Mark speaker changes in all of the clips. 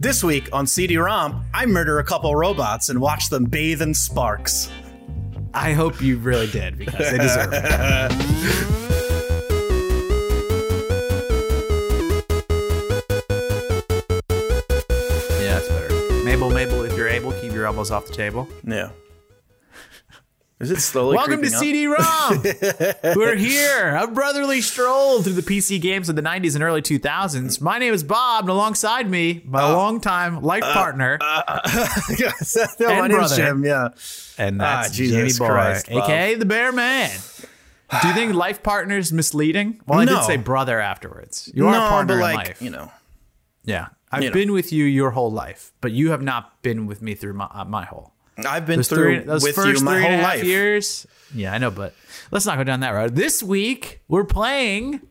Speaker 1: This week on CD-ROM, I murder a couple robots and watch them bathe in sparks.
Speaker 2: I hope you really did because they deserve it.
Speaker 3: Yeah, that's better. Mabel, Mabel, if you're able, keep your elbows off the table.
Speaker 1: Yeah. Is it slowly?
Speaker 2: Welcome to
Speaker 1: creeping up?
Speaker 2: CD-ROM. We're here, a brotherly stroll through the PC games of the 90s and early 2000s. My name is Bob, and alongside me, my
Speaker 3: Uh,
Speaker 2: longtime life partner,
Speaker 1: Ah, yes. No, my
Speaker 2: And
Speaker 1: name's
Speaker 2: brother.
Speaker 1: Jim. Yeah.
Speaker 2: and
Speaker 1: Ah,
Speaker 2: that's
Speaker 1: Jesus
Speaker 2: Jimmy Boy,
Speaker 1: Christ, Bob.
Speaker 2: aka the Bear Man. Do you think life partner's misleading? Well, I
Speaker 1: No.
Speaker 2: did say brother afterwards. You are a
Speaker 1: no,
Speaker 2: partner
Speaker 1: but
Speaker 2: in
Speaker 1: like
Speaker 2: life.
Speaker 1: you know,
Speaker 2: yeah, I've
Speaker 1: you know.
Speaker 2: been with you your whole life, but you have not been with me through my, uh, my whole.
Speaker 1: I've been
Speaker 2: those
Speaker 1: through
Speaker 2: three, those
Speaker 1: with
Speaker 2: first
Speaker 1: you my
Speaker 2: three
Speaker 1: whole
Speaker 2: and a half
Speaker 1: life.
Speaker 2: years. Yeah, I know, but let's not go down that road. This week we're playing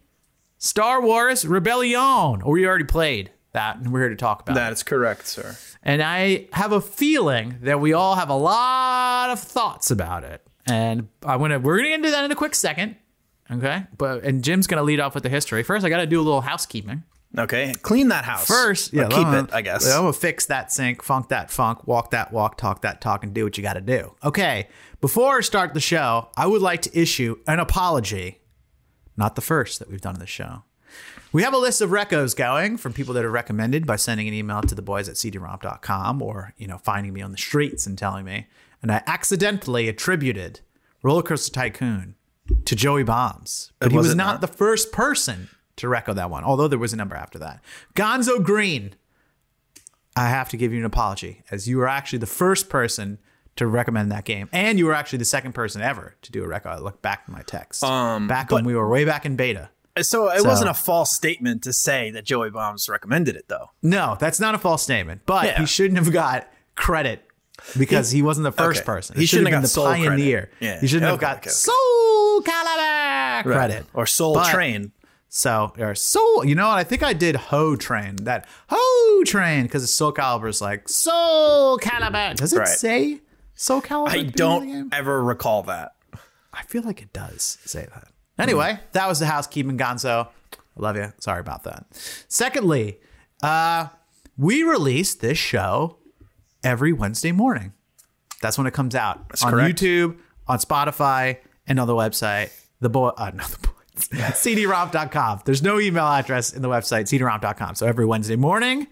Speaker 2: Star Wars Rebellion, or we already played that, and we're here to talk about
Speaker 1: That
Speaker 2: it.
Speaker 1: is correct, sir.
Speaker 2: And I have a feeling that we all have a lot of thoughts about it, and I'm gonna we're gonna get into that in a quick second. Okay, but and Jim's gonna lead off with the history. First, I got to do a little housekeeping.
Speaker 1: Okay, clean that house
Speaker 2: First,
Speaker 1: Or
Speaker 2: yeah,
Speaker 1: keep
Speaker 2: I'm-
Speaker 1: it. I guess.
Speaker 2: yeah, I'm gonna fix that sink, funk that funk, walk that walk, talk that talk, and do what you got to do. Okay. Before I start the show, I would like to issue an apology. Not the first that we've done on the show. We have a list of recos going from people that are recommended by sending an email to the boys at cdromp.com or, you know, finding me on the streets and telling me. And I accidentally attributed Rollercoaster Tycoon to Joey Bombs. But he
Speaker 1: was
Speaker 2: was
Speaker 1: it
Speaker 2: not,
Speaker 1: not?
Speaker 2: the first person to reco that one, although there was a number after that. Gonzo Green, I have to give you an apology, as you were actually the first person to recommend that game. And you were actually the second person ever to do a reco. I look back at my text. Um, back when we were way back in beta.
Speaker 1: So it wasn't a false statement to say that Joey Bombs recommended it, though.
Speaker 2: No, that's not a false statement, but
Speaker 1: Yeah.
Speaker 2: he shouldn't have got credit because he, wasn't the first
Speaker 1: okay.
Speaker 2: person.
Speaker 1: He shouldn't have
Speaker 2: been
Speaker 1: got sole credit. Yeah.
Speaker 2: He shouldn't have
Speaker 1: Okay,
Speaker 2: got
Speaker 1: okay, okay.
Speaker 2: Soul Caliber credit.
Speaker 1: or Soul
Speaker 2: But-
Speaker 1: Train.
Speaker 2: So, or Soul, you know what? I think I did Ho Train, that Ho Train, because Soul Caliber is like Soul Caliber. Does it
Speaker 1: Right.
Speaker 2: say Soul Caliber?
Speaker 1: I
Speaker 2: at the beginning of the game?
Speaker 1: don't ever recall that.
Speaker 2: I feel like it does say that.
Speaker 1: Hmm.
Speaker 2: Anyway, that was the housekeeping gonzo. I love you. Sorry about that. Secondly, uh, we release this show every Wednesday morning. That's when it comes out on
Speaker 1: correct.
Speaker 2: YouTube, on Spotify, and on the website, the boy, uh, not the boy, cdromp.com. There's no email address in the website, cdromp.com. So every Wednesday morning,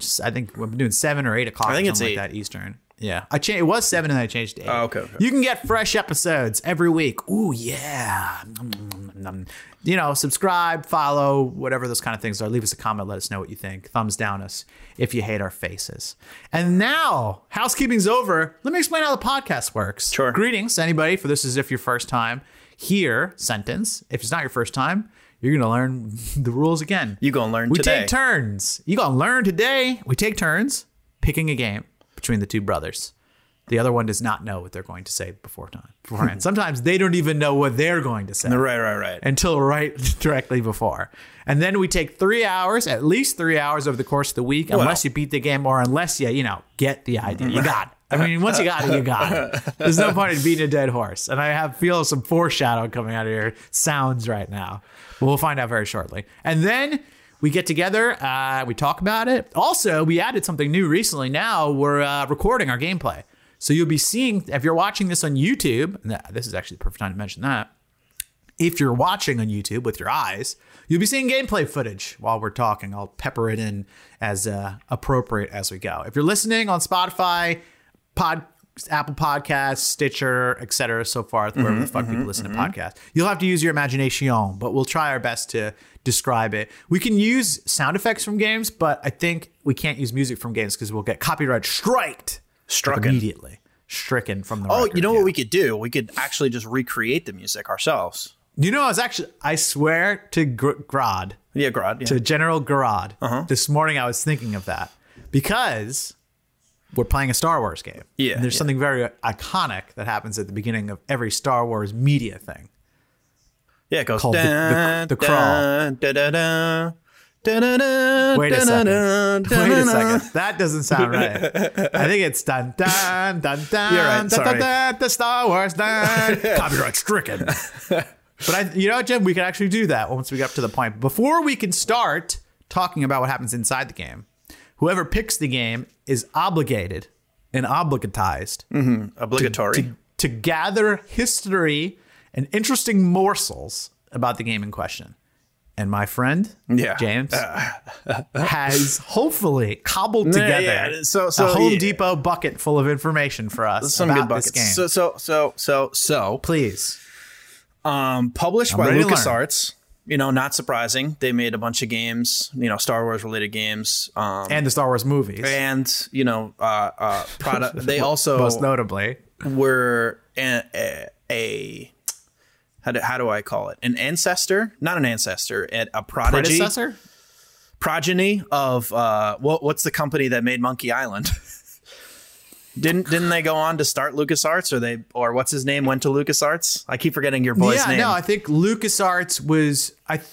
Speaker 2: just, I think we're doing seven or eight o'clock. I
Speaker 1: think
Speaker 2: think
Speaker 1: it's
Speaker 2: it's
Speaker 1: eight.
Speaker 2: like that Eastern. Yeah, I changed. It was seven, and then I changed to eight.
Speaker 1: Oh, okay, okay.
Speaker 2: You can get fresh episodes every week. Ooh, yeah. Nom, nom, nom, nom. You know, subscribe, follow, whatever those kind of things are. Leave us a comment. Let us know what you think. Thumbs down us if you hate our faces. And now, housekeeping's over. Let me explain how the podcast works.
Speaker 1: Sure.
Speaker 2: Greetings to anybody, for this is if your first time here sentence. If it's not your first time, you're going to learn the rules again.
Speaker 1: You gonna learn
Speaker 2: We
Speaker 1: today.
Speaker 2: take turns. You gonna learn today. We take turns picking a game between the two brothers. The other one does not know what they're going to say before time beforehand. Sometimes they don't even know what they're going to say
Speaker 1: Right, right, right.
Speaker 2: until right directly before. And then we take three hours, at least three hours over the course of the week, unless you beat the game or unless you, you know, get the idea. You got it. I mean, once you got it, you got it. There's no point in beating a dead horse. And I have feel some foreshadow coming out of your sounds right now. But we'll find out very shortly. And then we get together, uh, we talk about it. Also, we added something new recently. Now we're uh, recording our gameplay. So you'll be seeing, if you're watching this on YouTube, and that- this is actually the perfect time to mention that if you're watching on YouTube with your eyes, you'll be seeing gameplay footage while we're talking. I'll pepper it in as uh, appropriate as we go. If you're listening on Spotify, Pod, Apple Podcasts, Stitcher, etc., so forth, wherever
Speaker 1: Mm-hmm,
Speaker 2: the fuck people listen to podcasts, you'll have to use your imagination, but we'll try our best to describe it. We can use sound effects from games, but I think we can't use music from games because we'll get copyright striked
Speaker 1: Strucken.
Speaker 2: immediately. Stricken from the
Speaker 1: Oh,
Speaker 2: record,
Speaker 1: you know
Speaker 2: yeah.
Speaker 1: what we could do? We could actually just recreate the music ourselves.
Speaker 2: you know I was actually I swear to Gr- Grod
Speaker 1: Yeah, Grod. Yeah.
Speaker 2: to General Garad.
Speaker 1: Uh-huh.
Speaker 2: This morning I was thinking of that because we're playing a Star Wars game.
Speaker 1: Yeah,
Speaker 2: And there's
Speaker 1: yeah.
Speaker 2: something very iconic that happens at the beginning of every Star Wars media thing.
Speaker 1: yeah, it goes
Speaker 2: called the- the- the crawl.
Speaker 1: Da, da, da, da, da, da,
Speaker 2: Wait a
Speaker 1: da,
Speaker 2: second.
Speaker 1: da, da,
Speaker 2: Wait
Speaker 1: da,
Speaker 2: a
Speaker 1: da.
Speaker 2: second. That doesn't sound right. I think it's dun dun dun dun
Speaker 1: You're right,
Speaker 2: dun,
Speaker 1: sorry.
Speaker 2: dun, dun the Star Wars dun copyright stricken. But I you know what, Jim, we can actually do that once we get up to the point. Before we can start talking about what happens inside the game, whoever picks the game is obligated and obligatized
Speaker 1: Obligatory.
Speaker 2: to, to gather history and interesting morsels about the game in question. And my friend,
Speaker 1: Yeah. Uh,
Speaker 2: James, has hopefully cobbled together
Speaker 1: yeah. So- so,
Speaker 2: a Home
Speaker 1: yeah.
Speaker 2: Depot bucket full of information for us
Speaker 1: Some
Speaker 2: about
Speaker 1: good
Speaker 2: this game.
Speaker 1: buckets. So so so so so
Speaker 2: Please.
Speaker 1: um, published by
Speaker 2: ready to learn.
Speaker 1: LucasArts. You know, not surprising. They made a bunch of games, you know, Star Wars related games. Um,
Speaker 2: And the Star Wars movies,
Speaker 1: and you know, uh, uh, product. They also
Speaker 2: most notably.
Speaker 1: were a, a, a how, do, how do I call it? An ancestor, not an ancestor, a, a prodigy,
Speaker 2: Predecessor?
Speaker 1: progeny of uh, what, what's the company that made Monkey Island? didn't didn't they go on to start LucasArts or they or what's his name went to LucasArts? I keep forgetting your boy's
Speaker 2: yeah,
Speaker 1: name.
Speaker 2: no, I think LucasArts was I, th-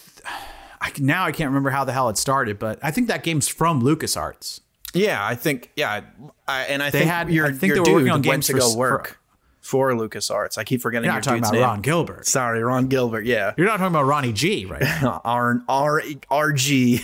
Speaker 2: I can- now I can't remember how the hell it started, but I think that game's from LucasArts.
Speaker 1: yeah, I think yeah, I, and I think
Speaker 2: had-
Speaker 1: your,
Speaker 2: I think
Speaker 1: your
Speaker 2: they were working
Speaker 1: dude
Speaker 2: on
Speaker 1: went
Speaker 2: games
Speaker 1: to
Speaker 2: for-
Speaker 1: go
Speaker 2: for-
Speaker 1: work for, LucasArts. I keep forgetting
Speaker 2: You're
Speaker 1: your
Speaker 2: not talking
Speaker 1: dude's
Speaker 2: about
Speaker 1: name.
Speaker 2: Ron Gilbert.
Speaker 1: Sorry, Ron Gilbert. Yeah,
Speaker 2: You're not talking about Ronnie G, right?
Speaker 1: R R R G.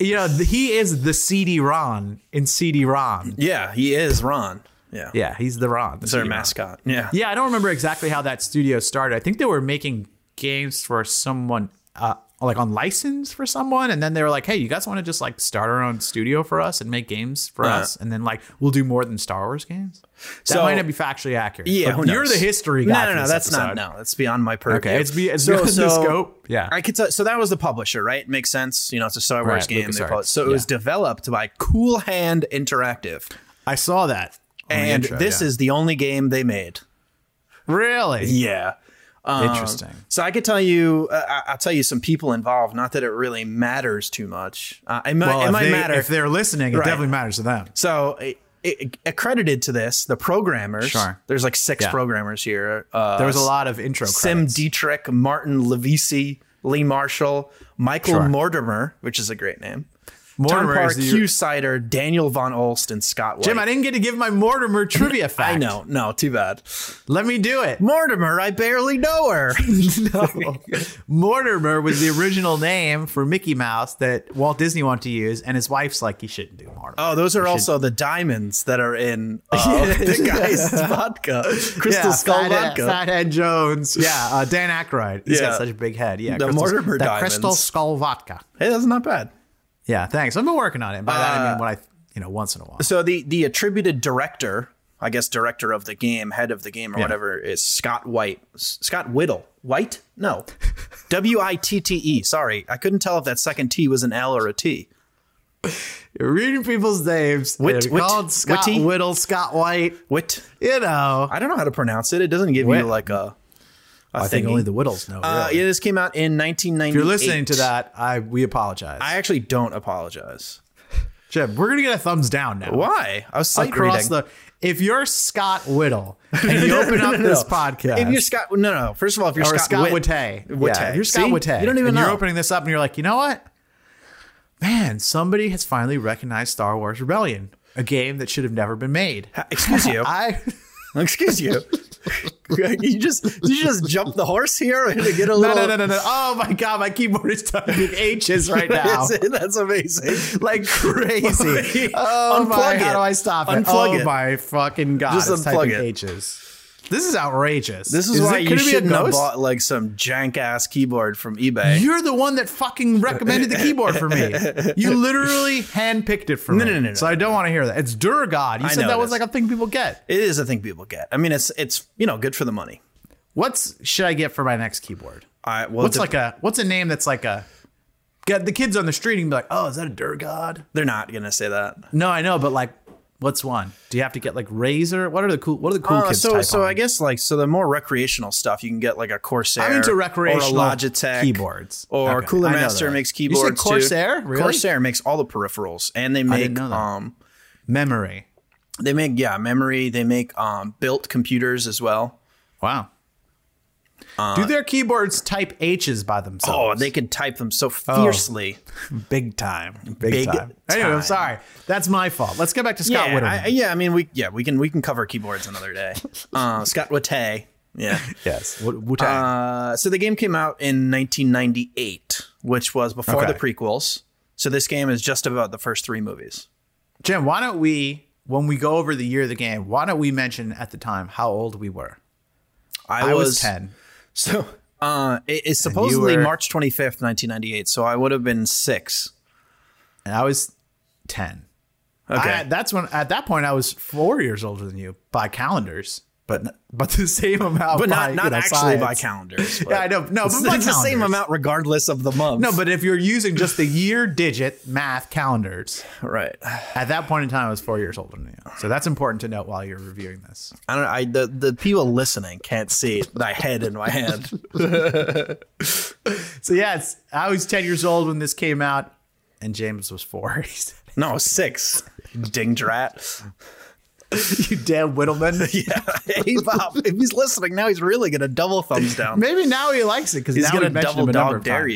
Speaker 2: you know, th- he is the CD Ron in CD Ron.
Speaker 1: Yeah, he is Ron. Yeah.
Speaker 2: Yeah, he's the Ron. the
Speaker 1: He's their
Speaker 2: CD Ron.
Speaker 1: mascot. Yeah.
Speaker 2: Yeah, I don't remember exactly how that studio started. I think they were making games for someone, uh, like on license for someone, and then they were like, "Hey, you guys want to just like start our own studio for us and make games for us, and then like we'll do more than Star Wars games." That
Speaker 1: So-
Speaker 2: might not be factually accurate.
Speaker 1: Yeah,
Speaker 2: But
Speaker 1: who knows?
Speaker 2: you're the history
Speaker 1: No,
Speaker 2: guy.
Speaker 1: no,
Speaker 2: for
Speaker 1: no.
Speaker 2: this
Speaker 1: That's
Speaker 2: episode.
Speaker 1: not no. That's beyond my purview.
Speaker 2: Okay, it's be- it's beyond the scope. Yeah.
Speaker 1: I could. Tell, so that was the publisher, right? Makes sense. You know, it's a Star Wars
Speaker 2: Right,
Speaker 1: game. They
Speaker 2: LucasArts,
Speaker 1: published. So it was developed by Cool Hand Interactive,
Speaker 2: I saw that. on the
Speaker 1: and
Speaker 2: intro,
Speaker 1: this
Speaker 2: yeah.
Speaker 1: is the only game they made.
Speaker 2: really
Speaker 1: Yeah. Um,
Speaker 2: Interesting.
Speaker 1: So I could tell you, uh, I- I'll tell you some people involved. Not that it really matters too much. Uh, it might,
Speaker 2: Well,
Speaker 1: it
Speaker 2: Oh, if,
Speaker 1: might
Speaker 2: they,
Speaker 1: matter
Speaker 2: if they're listening, it
Speaker 1: Right.
Speaker 2: definitely matters to them.
Speaker 1: So it, it, accredited to this, the programmers.
Speaker 2: Sure.
Speaker 1: There's like six
Speaker 2: Yeah.
Speaker 1: programmers here. Uh,
Speaker 2: There was a lot of intro.
Speaker 1: Sim
Speaker 2: credits.
Speaker 1: Dietrich, Martin Levisi, Lee Marshall, Michael
Speaker 2: Sure.
Speaker 1: Mortimer, which is a great name.
Speaker 2: Mortimer
Speaker 1: Tom
Speaker 2: is
Speaker 1: Parr,
Speaker 2: the-
Speaker 1: Q Sider, Daniel von Olst, and Scott White.
Speaker 2: Jim, I didn't get to give my Mortimer trivia fact.
Speaker 1: I know, no, too bad.
Speaker 2: Let me do it.
Speaker 1: Mortimer, I barely know her.
Speaker 2: no. Mortimer was the original name for Mickey Mouse that Walt Disney wanted to use, and his wife's like, you shouldn't do Mortimer.
Speaker 1: Oh, those are also the diamonds that are in uh, the guy's vodka, Crystal Skull
Speaker 2: Fathead,
Speaker 1: vodka.
Speaker 2: Fathead Jones. Yeah, uh, Dan Aykroyd. He's
Speaker 1: Yeah.
Speaker 2: got such a big head. Yeah,
Speaker 1: The Mortimer
Speaker 2: that
Speaker 1: diamonds.
Speaker 2: Crystal Skull vodka.
Speaker 1: Hey, that's not bad.
Speaker 2: Yeah, thanks. I've been working on it. By that I mean what I, you know, once in a while.
Speaker 1: So the the attributed director, I guess director of the game, head of the game or whatever is Scott White. S- Scott Whittle. White? No. W I T T E. Sorry. I couldn't tell if that second T was an L or a T.
Speaker 2: You're reading people's names.
Speaker 1: Wit-
Speaker 2: They're
Speaker 1: wit-
Speaker 2: called Scott
Speaker 1: witty?
Speaker 2: Whittle, Scott White.
Speaker 1: Whit.
Speaker 2: You know,
Speaker 1: I don't know how to pronounce it. It doesn't give
Speaker 2: Whit.
Speaker 1: you like a. a
Speaker 2: I think
Speaker 1: thingy.
Speaker 2: only the Whittles know.
Speaker 1: Uh,
Speaker 2: really.
Speaker 1: yeah, this came out in 1998.
Speaker 2: If you're listening to that, I we apologize.
Speaker 1: I actually don't apologize.
Speaker 2: Jim, we're gonna get a thumbs down now.
Speaker 1: Why? I was sight
Speaker 2: across
Speaker 1: reading.
Speaker 2: the. If you're Scott Whittle and you open up
Speaker 1: No, no,
Speaker 2: this
Speaker 1: no.
Speaker 2: podcast,
Speaker 1: If you're Scott, no, no. First of all, if you're
Speaker 2: or
Speaker 1: Scott,
Speaker 2: Scott
Speaker 1: Whit-
Speaker 2: Witte,
Speaker 1: Witte.
Speaker 2: Yeah, if you're Scott
Speaker 1: See?
Speaker 2: Witte,
Speaker 1: You don't even
Speaker 2: and
Speaker 1: know.
Speaker 2: You're opening this up and you're like, you know what? Man, somebody has finally recognized Star Wars Rebellion, a game that should have never been made.
Speaker 1: Excuse you.
Speaker 2: I
Speaker 1: Excuse you. you just you just jump the horse here to get a
Speaker 2: no
Speaker 1: little.
Speaker 2: no no no no. Oh my god, my keyboard is typing H's right now.
Speaker 1: That's amazing.
Speaker 2: Like crazy.
Speaker 1: Wait,
Speaker 2: Oh my,
Speaker 1: unplug
Speaker 2: how
Speaker 1: it.
Speaker 2: do I stop it?
Speaker 1: Unplug
Speaker 2: oh
Speaker 1: it.
Speaker 2: my fucking god!
Speaker 1: Just
Speaker 2: it's
Speaker 1: unplug
Speaker 2: typing
Speaker 1: it.
Speaker 2: H's. This is outrageous.
Speaker 1: This is,
Speaker 2: it-
Speaker 1: why
Speaker 2: could
Speaker 1: you
Speaker 2: it be a
Speaker 1: shouldn't have
Speaker 2: ghost?
Speaker 1: bought like some jank ass keyboard from eBay.
Speaker 2: You're the one that fucking recommended the keyboard for me. You literally handpicked it for me.
Speaker 1: no, no, no,
Speaker 2: So I don't want to hear that. It's Duragod. You said
Speaker 1: know
Speaker 2: that
Speaker 1: it
Speaker 2: was
Speaker 1: is.
Speaker 2: like a thing people get.
Speaker 1: It is a thing people get. I mean, it's it's you know good for the money.
Speaker 2: What's should I get for my next keyboard?
Speaker 1: I well,
Speaker 2: What's
Speaker 1: de-
Speaker 2: like a what's a name that's like a get the kids on the street and be like, oh, is that a Duragod?
Speaker 1: they're not gonna say that.
Speaker 2: No, I know, but like, what's one? Do you have to get like Razor? What are the cool? What are the cool
Speaker 1: Uh,
Speaker 2: kids?
Speaker 1: so
Speaker 2: type
Speaker 1: so
Speaker 2: on?
Speaker 1: I guess like so the more recreational stuff you can get like a Corsair.
Speaker 2: I'm into recreational
Speaker 1: or a Logitech
Speaker 2: keyboards.
Speaker 1: or
Speaker 2: Okay,
Speaker 1: Cooler
Speaker 2: I know
Speaker 1: Master
Speaker 2: that.
Speaker 1: makes
Speaker 2: You said
Speaker 1: keyboards. too.
Speaker 2: Corsair? Really?
Speaker 1: Corsair makes all the peripherals, and they make
Speaker 2: didn't know that.
Speaker 1: um
Speaker 2: memory.
Speaker 1: they make yeah memory. They make um built computers as well.
Speaker 2: Wow. Do their keyboards type H's by
Speaker 1: Uh, Oh,
Speaker 2: themselves?
Speaker 1: they can type them
Speaker 2: Oh.
Speaker 1: so fiercely.
Speaker 2: big time, big,
Speaker 1: Big
Speaker 2: time. Anyway,
Speaker 1: time.
Speaker 2: I'm sorry. That's my fault. Let's get back to Scott
Speaker 1: yeah,
Speaker 2: Whittle.
Speaker 1: I, yeah. I mean, we yeah we can we can cover keyboards another day. Uh, Scott Watte. Yeah.
Speaker 2: yes. Wu- Wu-Tang.
Speaker 1: Uh, so the game came out in 1998, which was before
Speaker 2: Okay.
Speaker 1: the prequels. So this game is just about the first three movies.
Speaker 2: Jim, why don't we, when we go over the year of the game, why don't we mention at the time how old we were?
Speaker 1: I,
Speaker 2: I was, 10.
Speaker 1: So uh, it, it's supposedly
Speaker 2: were-
Speaker 1: March 25th, 1998. So I would have been six.
Speaker 2: And I was 10.
Speaker 1: Okay.
Speaker 2: I, that's when, at that point, I was four years older than you by calendars, but n- but the same amount.
Speaker 1: but
Speaker 2: by,
Speaker 1: not,
Speaker 2: you
Speaker 1: not
Speaker 2: know,
Speaker 1: actually by
Speaker 2: science.
Speaker 1: calendars. but-
Speaker 2: Yeah, I know. No,
Speaker 1: It's,
Speaker 2: but by
Speaker 1: it's the same
Speaker 2: calendars.
Speaker 1: amount regardless of the month.
Speaker 2: No, but if you're using just the year digit math calendars,
Speaker 1: right.
Speaker 2: at that point in time, I was four years older than you. So that's important to note while you're reviewing this.
Speaker 1: I don't. I the the people listening can't see my head in my hand.
Speaker 2: So yeah, it's, I was 10 years old when this came out, and James was four. He said,
Speaker 1: No, six. Ding drat.
Speaker 2: you damn Whittleman.
Speaker 1: Yeah. Hey Bob, if he's listening now, he's really gonna double thumbs down.
Speaker 2: Maybe now he likes it because
Speaker 1: He's
Speaker 2: now
Speaker 1: gonna
Speaker 2: we've mentioned
Speaker 1: double
Speaker 2: him a number
Speaker 1: dog
Speaker 2: of
Speaker 1: dare
Speaker 2: times.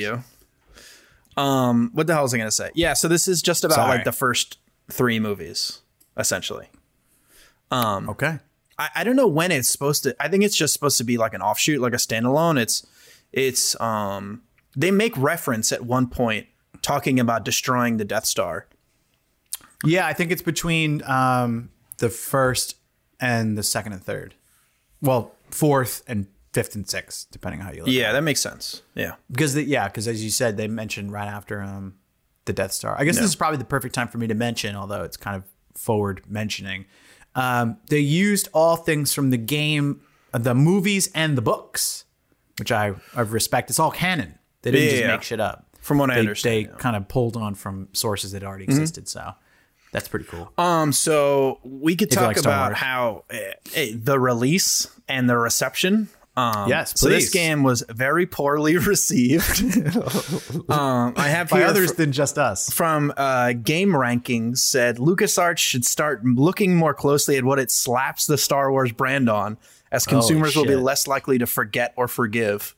Speaker 1: you. Um, what the hell was I gonna say? Yeah, so this is just about
Speaker 2: Sorry.
Speaker 1: like the first three movies, essentially.
Speaker 2: Okay.
Speaker 1: I, I don't know when it's supposed to. I think it's just supposed to be like an offshoot, like a standalone. It's it's um they make reference at one point talking about destroying the Death Star.
Speaker 2: Yeah, I think it's between um, the first and the second and third. Well, fourth and fifth and sixth, depending on how you look.
Speaker 1: Yeah, that makes sense. Yeah.
Speaker 2: Because the, yeah, because as you said, they mentioned right after um, the Death Star. I guess this is probably the perfect time for me to mention, although it's kind of forward mentioning. Um, they used all things from the game, uh, the movies, and the books, which I, I respect. It's all canon. They didn't just
Speaker 1: Yeah.
Speaker 2: make shit up.
Speaker 1: From what I
Speaker 2: They-
Speaker 1: understand, Mm-hmm.
Speaker 2: they kind of pulled on from sources that already existed. So that's pretty cool.
Speaker 1: Um, so we could
Speaker 2: you
Speaker 1: talk
Speaker 2: like Star
Speaker 1: about
Speaker 2: Wars.
Speaker 1: how eh, eh, the release and the reception. Um,
Speaker 2: Yes,
Speaker 1: So this
Speaker 2: please.
Speaker 1: game was very poorly received. um, I have
Speaker 2: By
Speaker 1: here
Speaker 2: others
Speaker 1: fr-
Speaker 2: than just us.
Speaker 1: from uh, Game Rankings said LucasArts should start looking more closely at what it slaps the Star Wars brand on, as consumers will be
Speaker 2: Oh, shit.
Speaker 1: less likely to forget or forgive.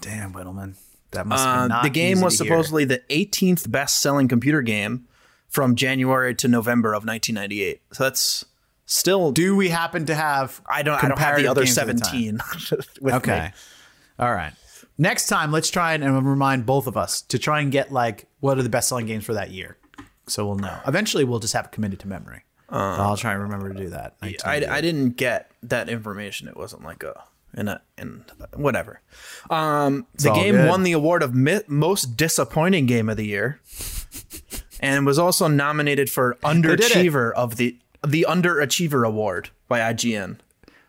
Speaker 2: Damn, Whittleman. That must have
Speaker 1: Uh,
Speaker 2: been not
Speaker 1: the game
Speaker 2: easy
Speaker 1: was
Speaker 2: to hear.
Speaker 1: supposedly the 18th best-selling computer game from January to November of 1998. So that's still
Speaker 2: Do we happen to have?
Speaker 1: I don't. I don't have the
Speaker 2: comparative
Speaker 1: other
Speaker 2: games of the time?
Speaker 1: seventeen with
Speaker 2: Okay.
Speaker 1: me.
Speaker 2: All right. Next time, let's try and, and remind both of us to try and get like what are the best selling games for that year, so we'll know. Eventually, we'll just have it committed to memory. But I'll try and remember to do that.
Speaker 1: I, I didn't get that information. It wasn't like a in a in whatever. Um, the
Speaker 2: all
Speaker 1: game
Speaker 2: good.
Speaker 1: won the award of mi- most disappointing game of the year, and was also nominated for
Speaker 2: did it.
Speaker 1: underachiever of the the underachiever award by IGN.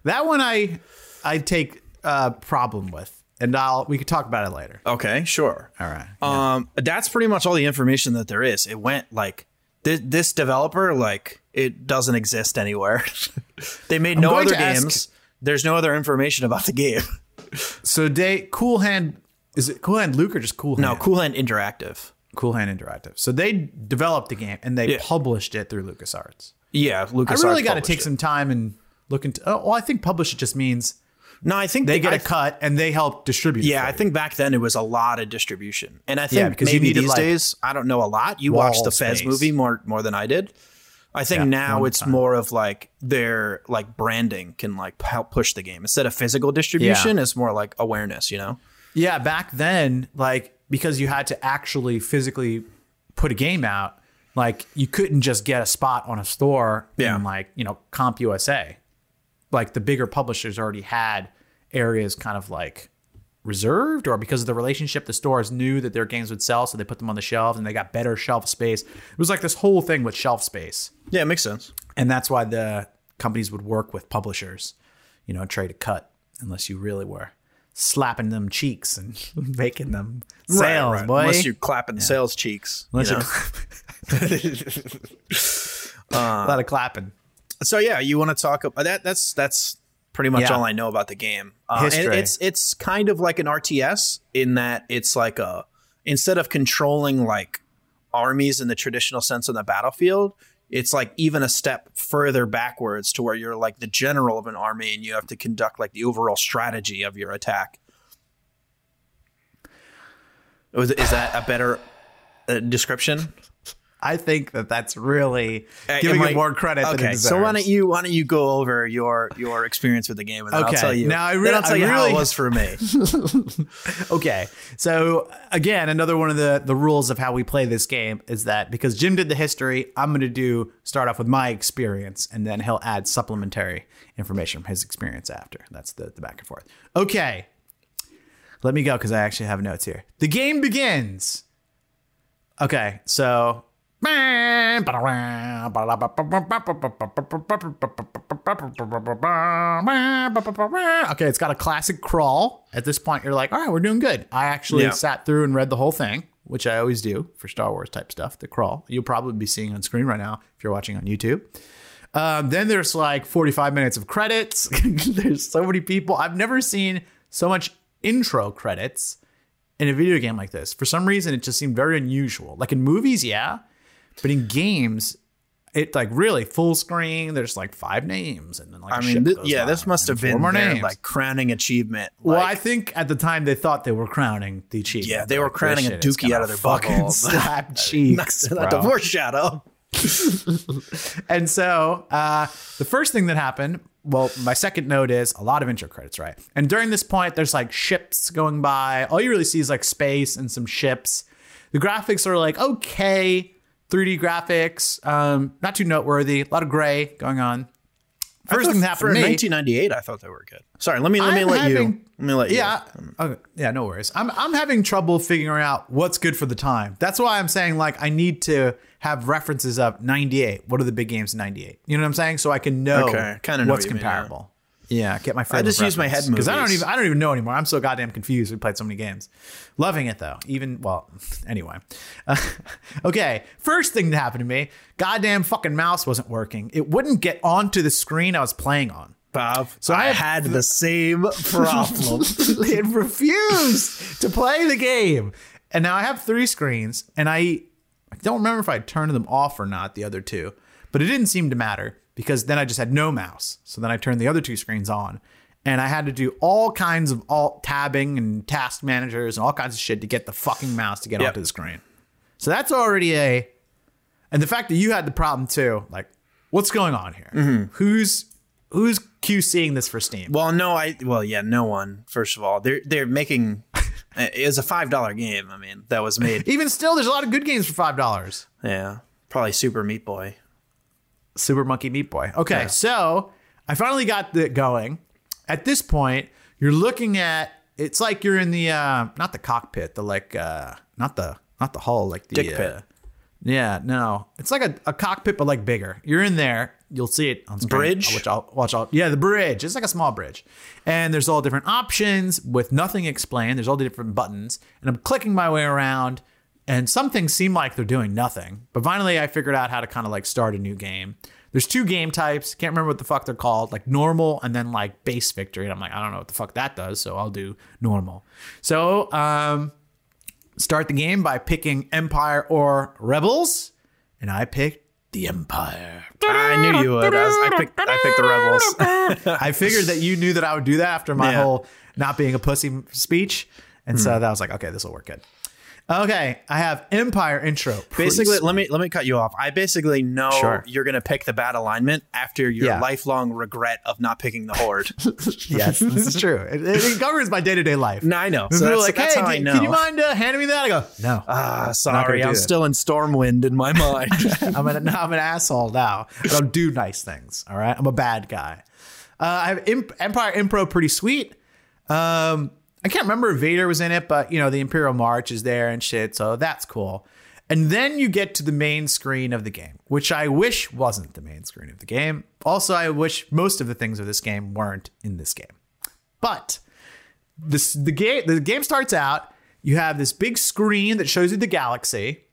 Speaker 2: that one I I take uh, problem with, and I'll we could talk about it later.
Speaker 1: Okay, sure.
Speaker 2: All right.
Speaker 1: Um, that's pretty much all the information that there is. It went like this, this developer like it doesn't exist anywhere. they made no
Speaker 2: going
Speaker 1: other
Speaker 2: to ask-
Speaker 1: games. There's no other information about the game.
Speaker 2: So day Cool Hand is it Cool Hand Luke or just Cool Hand?
Speaker 1: No, Cool Hand Interactive.
Speaker 2: Cool Hand Interactive. So they developed the game and they published it through LucasArts.
Speaker 1: Yeah,
Speaker 2: I
Speaker 1: Lucas.
Speaker 2: really got to take some time and look into. Oh, well, I think publish it just means
Speaker 1: No, I think
Speaker 2: they get
Speaker 1: a
Speaker 2: a cut and they help distribute. it
Speaker 1: Yeah,
Speaker 2: for
Speaker 1: I
Speaker 2: you.
Speaker 1: think back then it was a lot of distribution, and I think
Speaker 2: because you
Speaker 1: maybe
Speaker 2: needed,
Speaker 1: these
Speaker 2: like,
Speaker 1: days I don't know a lot. You
Speaker 2: wall
Speaker 1: watched the Fez
Speaker 2: space.
Speaker 1: movie more more than I did. I think
Speaker 2: Yeah,
Speaker 1: now
Speaker 2: one
Speaker 1: it's
Speaker 2: time.
Speaker 1: more of like their like branding can like p- help push the game instead of physical distribution. It's more like awareness, you know.
Speaker 2: Yeah, back then, like because you had to actually physically put a game out, like you couldn't just get a spot on a store
Speaker 1: Yeah.
Speaker 2: in like, you know, CompUSA. Like the bigger publishers already had areas kind of like reserved or because of the relationship the stores knew that their games would sell so they put them on the shelves and they got better shelf space. It was like this whole thing with shelf space
Speaker 1: Yeah, it makes sense.
Speaker 2: and that's why the companies would work with publishers, you know, trade a cut unless you really were slapping them cheeks and making them sales, boy.
Speaker 1: Unless you're clapping sales cheeks.
Speaker 2: Unless
Speaker 1: you
Speaker 2: you're
Speaker 1: know?
Speaker 2: a lot of clapping.
Speaker 1: so yeah, you want to talk about that? That's that's pretty much
Speaker 2: Yeah.
Speaker 1: all I know about the game. Uh, and
Speaker 2: History.
Speaker 1: it's it's kind of like an RTS in that it's like a instead of controlling like armies in the traditional sense on the battlefield, it's like even a step further backwards to where you're like the general of an army and you have to conduct like the overall strategy of your attack. Was- Is that a better uh, description?
Speaker 2: I think that that's really
Speaker 1: Uh,
Speaker 2: giving
Speaker 1: am I-
Speaker 2: it more credit than it
Speaker 1: Okay,
Speaker 2: deserves.
Speaker 1: so why don't you why don't you go over your your experience with the game and then
Speaker 2: Okay,
Speaker 1: I'll tell you.
Speaker 2: now I
Speaker 1: then
Speaker 2: re-
Speaker 1: I'll tell
Speaker 2: I
Speaker 1: you how it
Speaker 2: really-
Speaker 1: was for me.
Speaker 2: okay. So again, another one of the the rules of how we play this game is that because Jim did the history, I'm going to do start off with my experience, and then he'll add supplementary information from his experience after. That's the the back and forth. Okay. Let me go because I actually have notes here. The game begins. Okay, so. Okay, it's got a classic crawl. At this point, you're like, all right, we're doing good. I actually
Speaker 1: Yeah.
Speaker 2: sat through and read the whole thing, which I always do for Star Wars type stuff, the crawl. You'll probably be seeing on screen right now if you're watching on YouTube. Um, then there's like 45 minutes of credits. there's so many people. I've never seen so much intro credits in a video game like this. For some reason, it just seemed very unusual. Like in movies, yeah, but in games, it like really full screen. There's like five names, and then like
Speaker 1: I
Speaker 2: a
Speaker 1: mean,
Speaker 2: ship
Speaker 1: th-
Speaker 2: goes
Speaker 1: yeah,
Speaker 2: by,
Speaker 1: this must
Speaker 2: and
Speaker 1: have
Speaker 2: four
Speaker 1: been
Speaker 2: more
Speaker 1: their,
Speaker 2: names.
Speaker 1: like crowning achievement.
Speaker 2: well,
Speaker 1: like,
Speaker 2: I think at the time they thought they were crowning the achievement.
Speaker 1: Yeah, they were
Speaker 2: Like, this
Speaker 1: crowning a
Speaker 2: shit is
Speaker 1: dookie
Speaker 2: gonna
Speaker 1: out of their
Speaker 2: fucking
Speaker 1: butthole.
Speaker 2: Slap cheeks,
Speaker 1: not
Speaker 2: bro.
Speaker 1: the foreshadow.
Speaker 2: And so uh, the first thing that happened, well, my second note is a lot of intro credits, right? And during this point, there's like ships going by. All you really see is like space and some ships. The graphics are like okay, 3D graphics, um, not too noteworthy. A lot of gray going on. First thing that
Speaker 1: for
Speaker 2: happened to me.
Speaker 1: 1998, I thought they were good. Sorry, let me let me
Speaker 2: I'm
Speaker 1: let you
Speaker 2: having-
Speaker 1: let me let you.
Speaker 2: Yeah. Okay. Yeah, no worries. I'm I'm having trouble figuring out what's good for the time. That's why I'm saying like I need to have references of 98. What are the big games in 98? You know what I'm saying? So I can know
Speaker 1: Okay, kinda know
Speaker 2: what's
Speaker 1: what you mean,
Speaker 2: comparable. yeah. get my frame
Speaker 1: just use my head
Speaker 2: cuz I don't
Speaker 1: movies.
Speaker 2: even I don't even know anymore. I'm so goddamn confused. We played so many games. Loving it though. Even well, anyway. Uh, okay, first thing that happened to me, goddamn fucking mouse wasn't working. It wouldn't get onto the screen I was playing on.
Speaker 1: Bob. So I,
Speaker 2: I-
Speaker 1: had the same problem.
Speaker 2: it refused to play the game. And now I have three screens, and I, I don't remember if I turned them off or not, the other two, but it didn't seem to matter because then I just had no mouse. So then I turned the other two screens on, and I had to do all kinds of alt tabbing and task managers and all kinds of shit to get the fucking mouse to get
Speaker 1: Yep.
Speaker 2: onto the screen. So that's already a. And the fact that you had the problem too, like, what's going on here? Who's who's QCing this for Steam?
Speaker 1: well, no, I well, yeah, no one. First of all, they're they're making it was a five dollar game. I mean, that was made.
Speaker 2: Even still, there's a lot of good games for five dollars.
Speaker 1: Yeah, probably Super Meat Boy.
Speaker 2: Super Monkey Meat Boy. Okay, so I finally got it going. At this point, you're looking at it's like you're in the uh, not the cockpit, the like uh, not the not the hull, like the
Speaker 1: Dick
Speaker 2: uh,
Speaker 1: pit.
Speaker 2: Yeah, no, it's like a, a cockpit, but like bigger. You're in there. You'll see it on screen.
Speaker 1: Bridge?
Speaker 2: Which I'll watch out. Yeah, the bridge. It's like a small bridge, and there's all different options with nothing explained. There's all the different buttons, and I'm clicking my way around. And some things seem like they're doing nothing, but finally I figured out how to kind of like start a new game. There's two game types. Can't remember what the fuck they're called, like normal and then like base victory. And I'm like, I don't know what the fuck that does, so I'll do normal. So um, start the game by picking Empire or Rebels, and I picked the Empire.
Speaker 1: I knew you would. I, was, I picked I picked the Rebels.
Speaker 2: I figured that you knew that I would do that after my
Speaker 1: Yeah. Hmm.
Speaker 2: whole not being a pussy speech, and so that was like, okay, this will work good. Okay, I have Empire intro.
Speaker 1: Basically, let me let me cut you off. I basically know
Speaker 2: Sure.
Speaker 1: you're gonna pick the bad alignment after your
Speaker 2: Yeah.
Speaker 1: lifelong regret of not picking the Horde.
Speaker 2: yes, this is true. It, it covers my day to day life.
Speaker 1: no, I know.
Speaker 2: So
Speaker 1: So
Speaker 2: they're
Speaker 1: that's,
Speaker 2: like,
Speaker 1: that's
Speaker 2: hey,
Speaker 1: how I
Speaker 2: can,
Speaker 1: know.
Speaker 2: can you mind uh, handing me that? I go, no.
Speaker 1: Ah,
Speaker 2: not gonna
Speaker 1: sorry,
Speaker 2: do
Speaker 1: I'm
Speaker 2: it.
Speaker 1: still in Stormwind in my mind.
Speaker 2: I'm an I'm an asshole now. I don't do nice things. All right, I'm a bad guy. Uh, I have Imp- Empire Impro pretty sweet. Um, I can't remember if Vader was in it, but you know the Imperial March is there and shit, so that's cool. And then you get to the main screen of the game, which I wish wasn't the main screen of the game. Also, I wish most of the things of this game weren't in this game. But this the game the game starts out. You have this big screen that shows you the galaxy.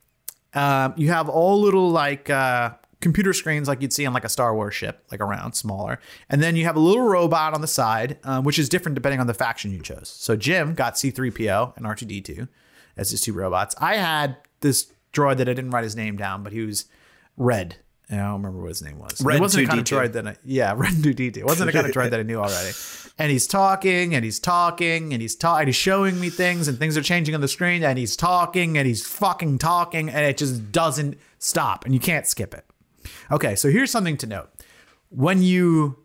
Speaker 2: Um, you have all little like uh, computer screens like you'd see on like a Star Wars ship, like around smaller. And then you have a little robot on the side, um, which is different depending on the faction you chose. So Jim got C3PO and R2D2 as his two robots. I had this droid that I didn't write his name down, but he was red. And I don't remember what his name was.
Speaker 1: Red
Speaker 2: it wasn't the kind of
Speaker 1: 2D2.
Speaker 2: droid that I, yeah, Red 2D2. It wasn't the kind of droid that I knew already. And he's talking and he's talking and he's talking and he's showing me things and things are changing on the screen and he's talking and he's fucking talking and it just doesn't stop, and you can't skip it. Okay, so here's something to note. When you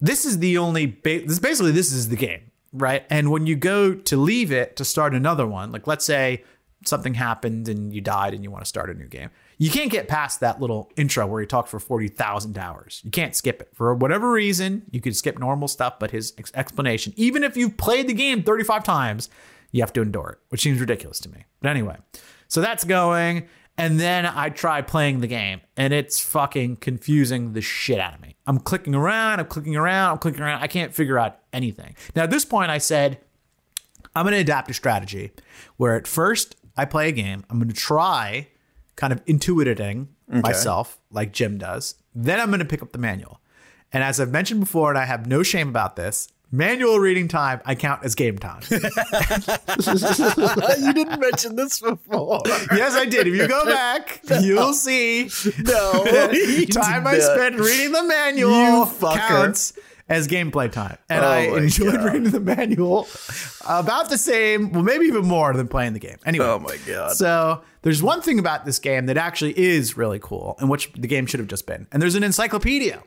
Speaker 2: this is the only ba- this basically this is the game, right? And when you go to leave it to start another one, like let's say something happened and you died and you want to start a new game. You can't get past that little intro where he talked for 40,000 hours. You can't skip it. For whatever reason, you could skip normal stuff, but his ex- explanation, even if you've played the game 35 times, you have to endure it, which seems ridiculous to me. But anyway, so that's going. And then I try playing the game and it's fucking confusing the shit out of me. I'm clicking around, I'm clicking around, I'm clicking around. I can't figure out anything. Now, at this point, I said, I'm going to adapt a strategy where at first I play a game, I'm going to try kind of intuiting myself like Jim does. Then I'm going to pick up the manual. And as I've mentioned before, and I have no shame about this, manual reading time I count as game time.
Speaker 1: you didn't mention this before.
Speaker 2: yes, I did. If you go back, you'll see
Speaker 1: No,
Speaker 2: the time I spent reading the manual
Speaker 1: You fucker.
Speaker 2: counts as gameplay time. And
Speaker 1: Oh
Speaker 2: I
Speaker 1: my
Speaker 2: enjoyed
Speaker 1: God.
Speaker 2: reading the manual about the same, well, maybe even more than playing the game. Anyway.
Speaker 1: Oh my god.
Speaker 2: So there's one thing about this game that actually is really cool, and which the game should have just been. And there's an encyclopedia.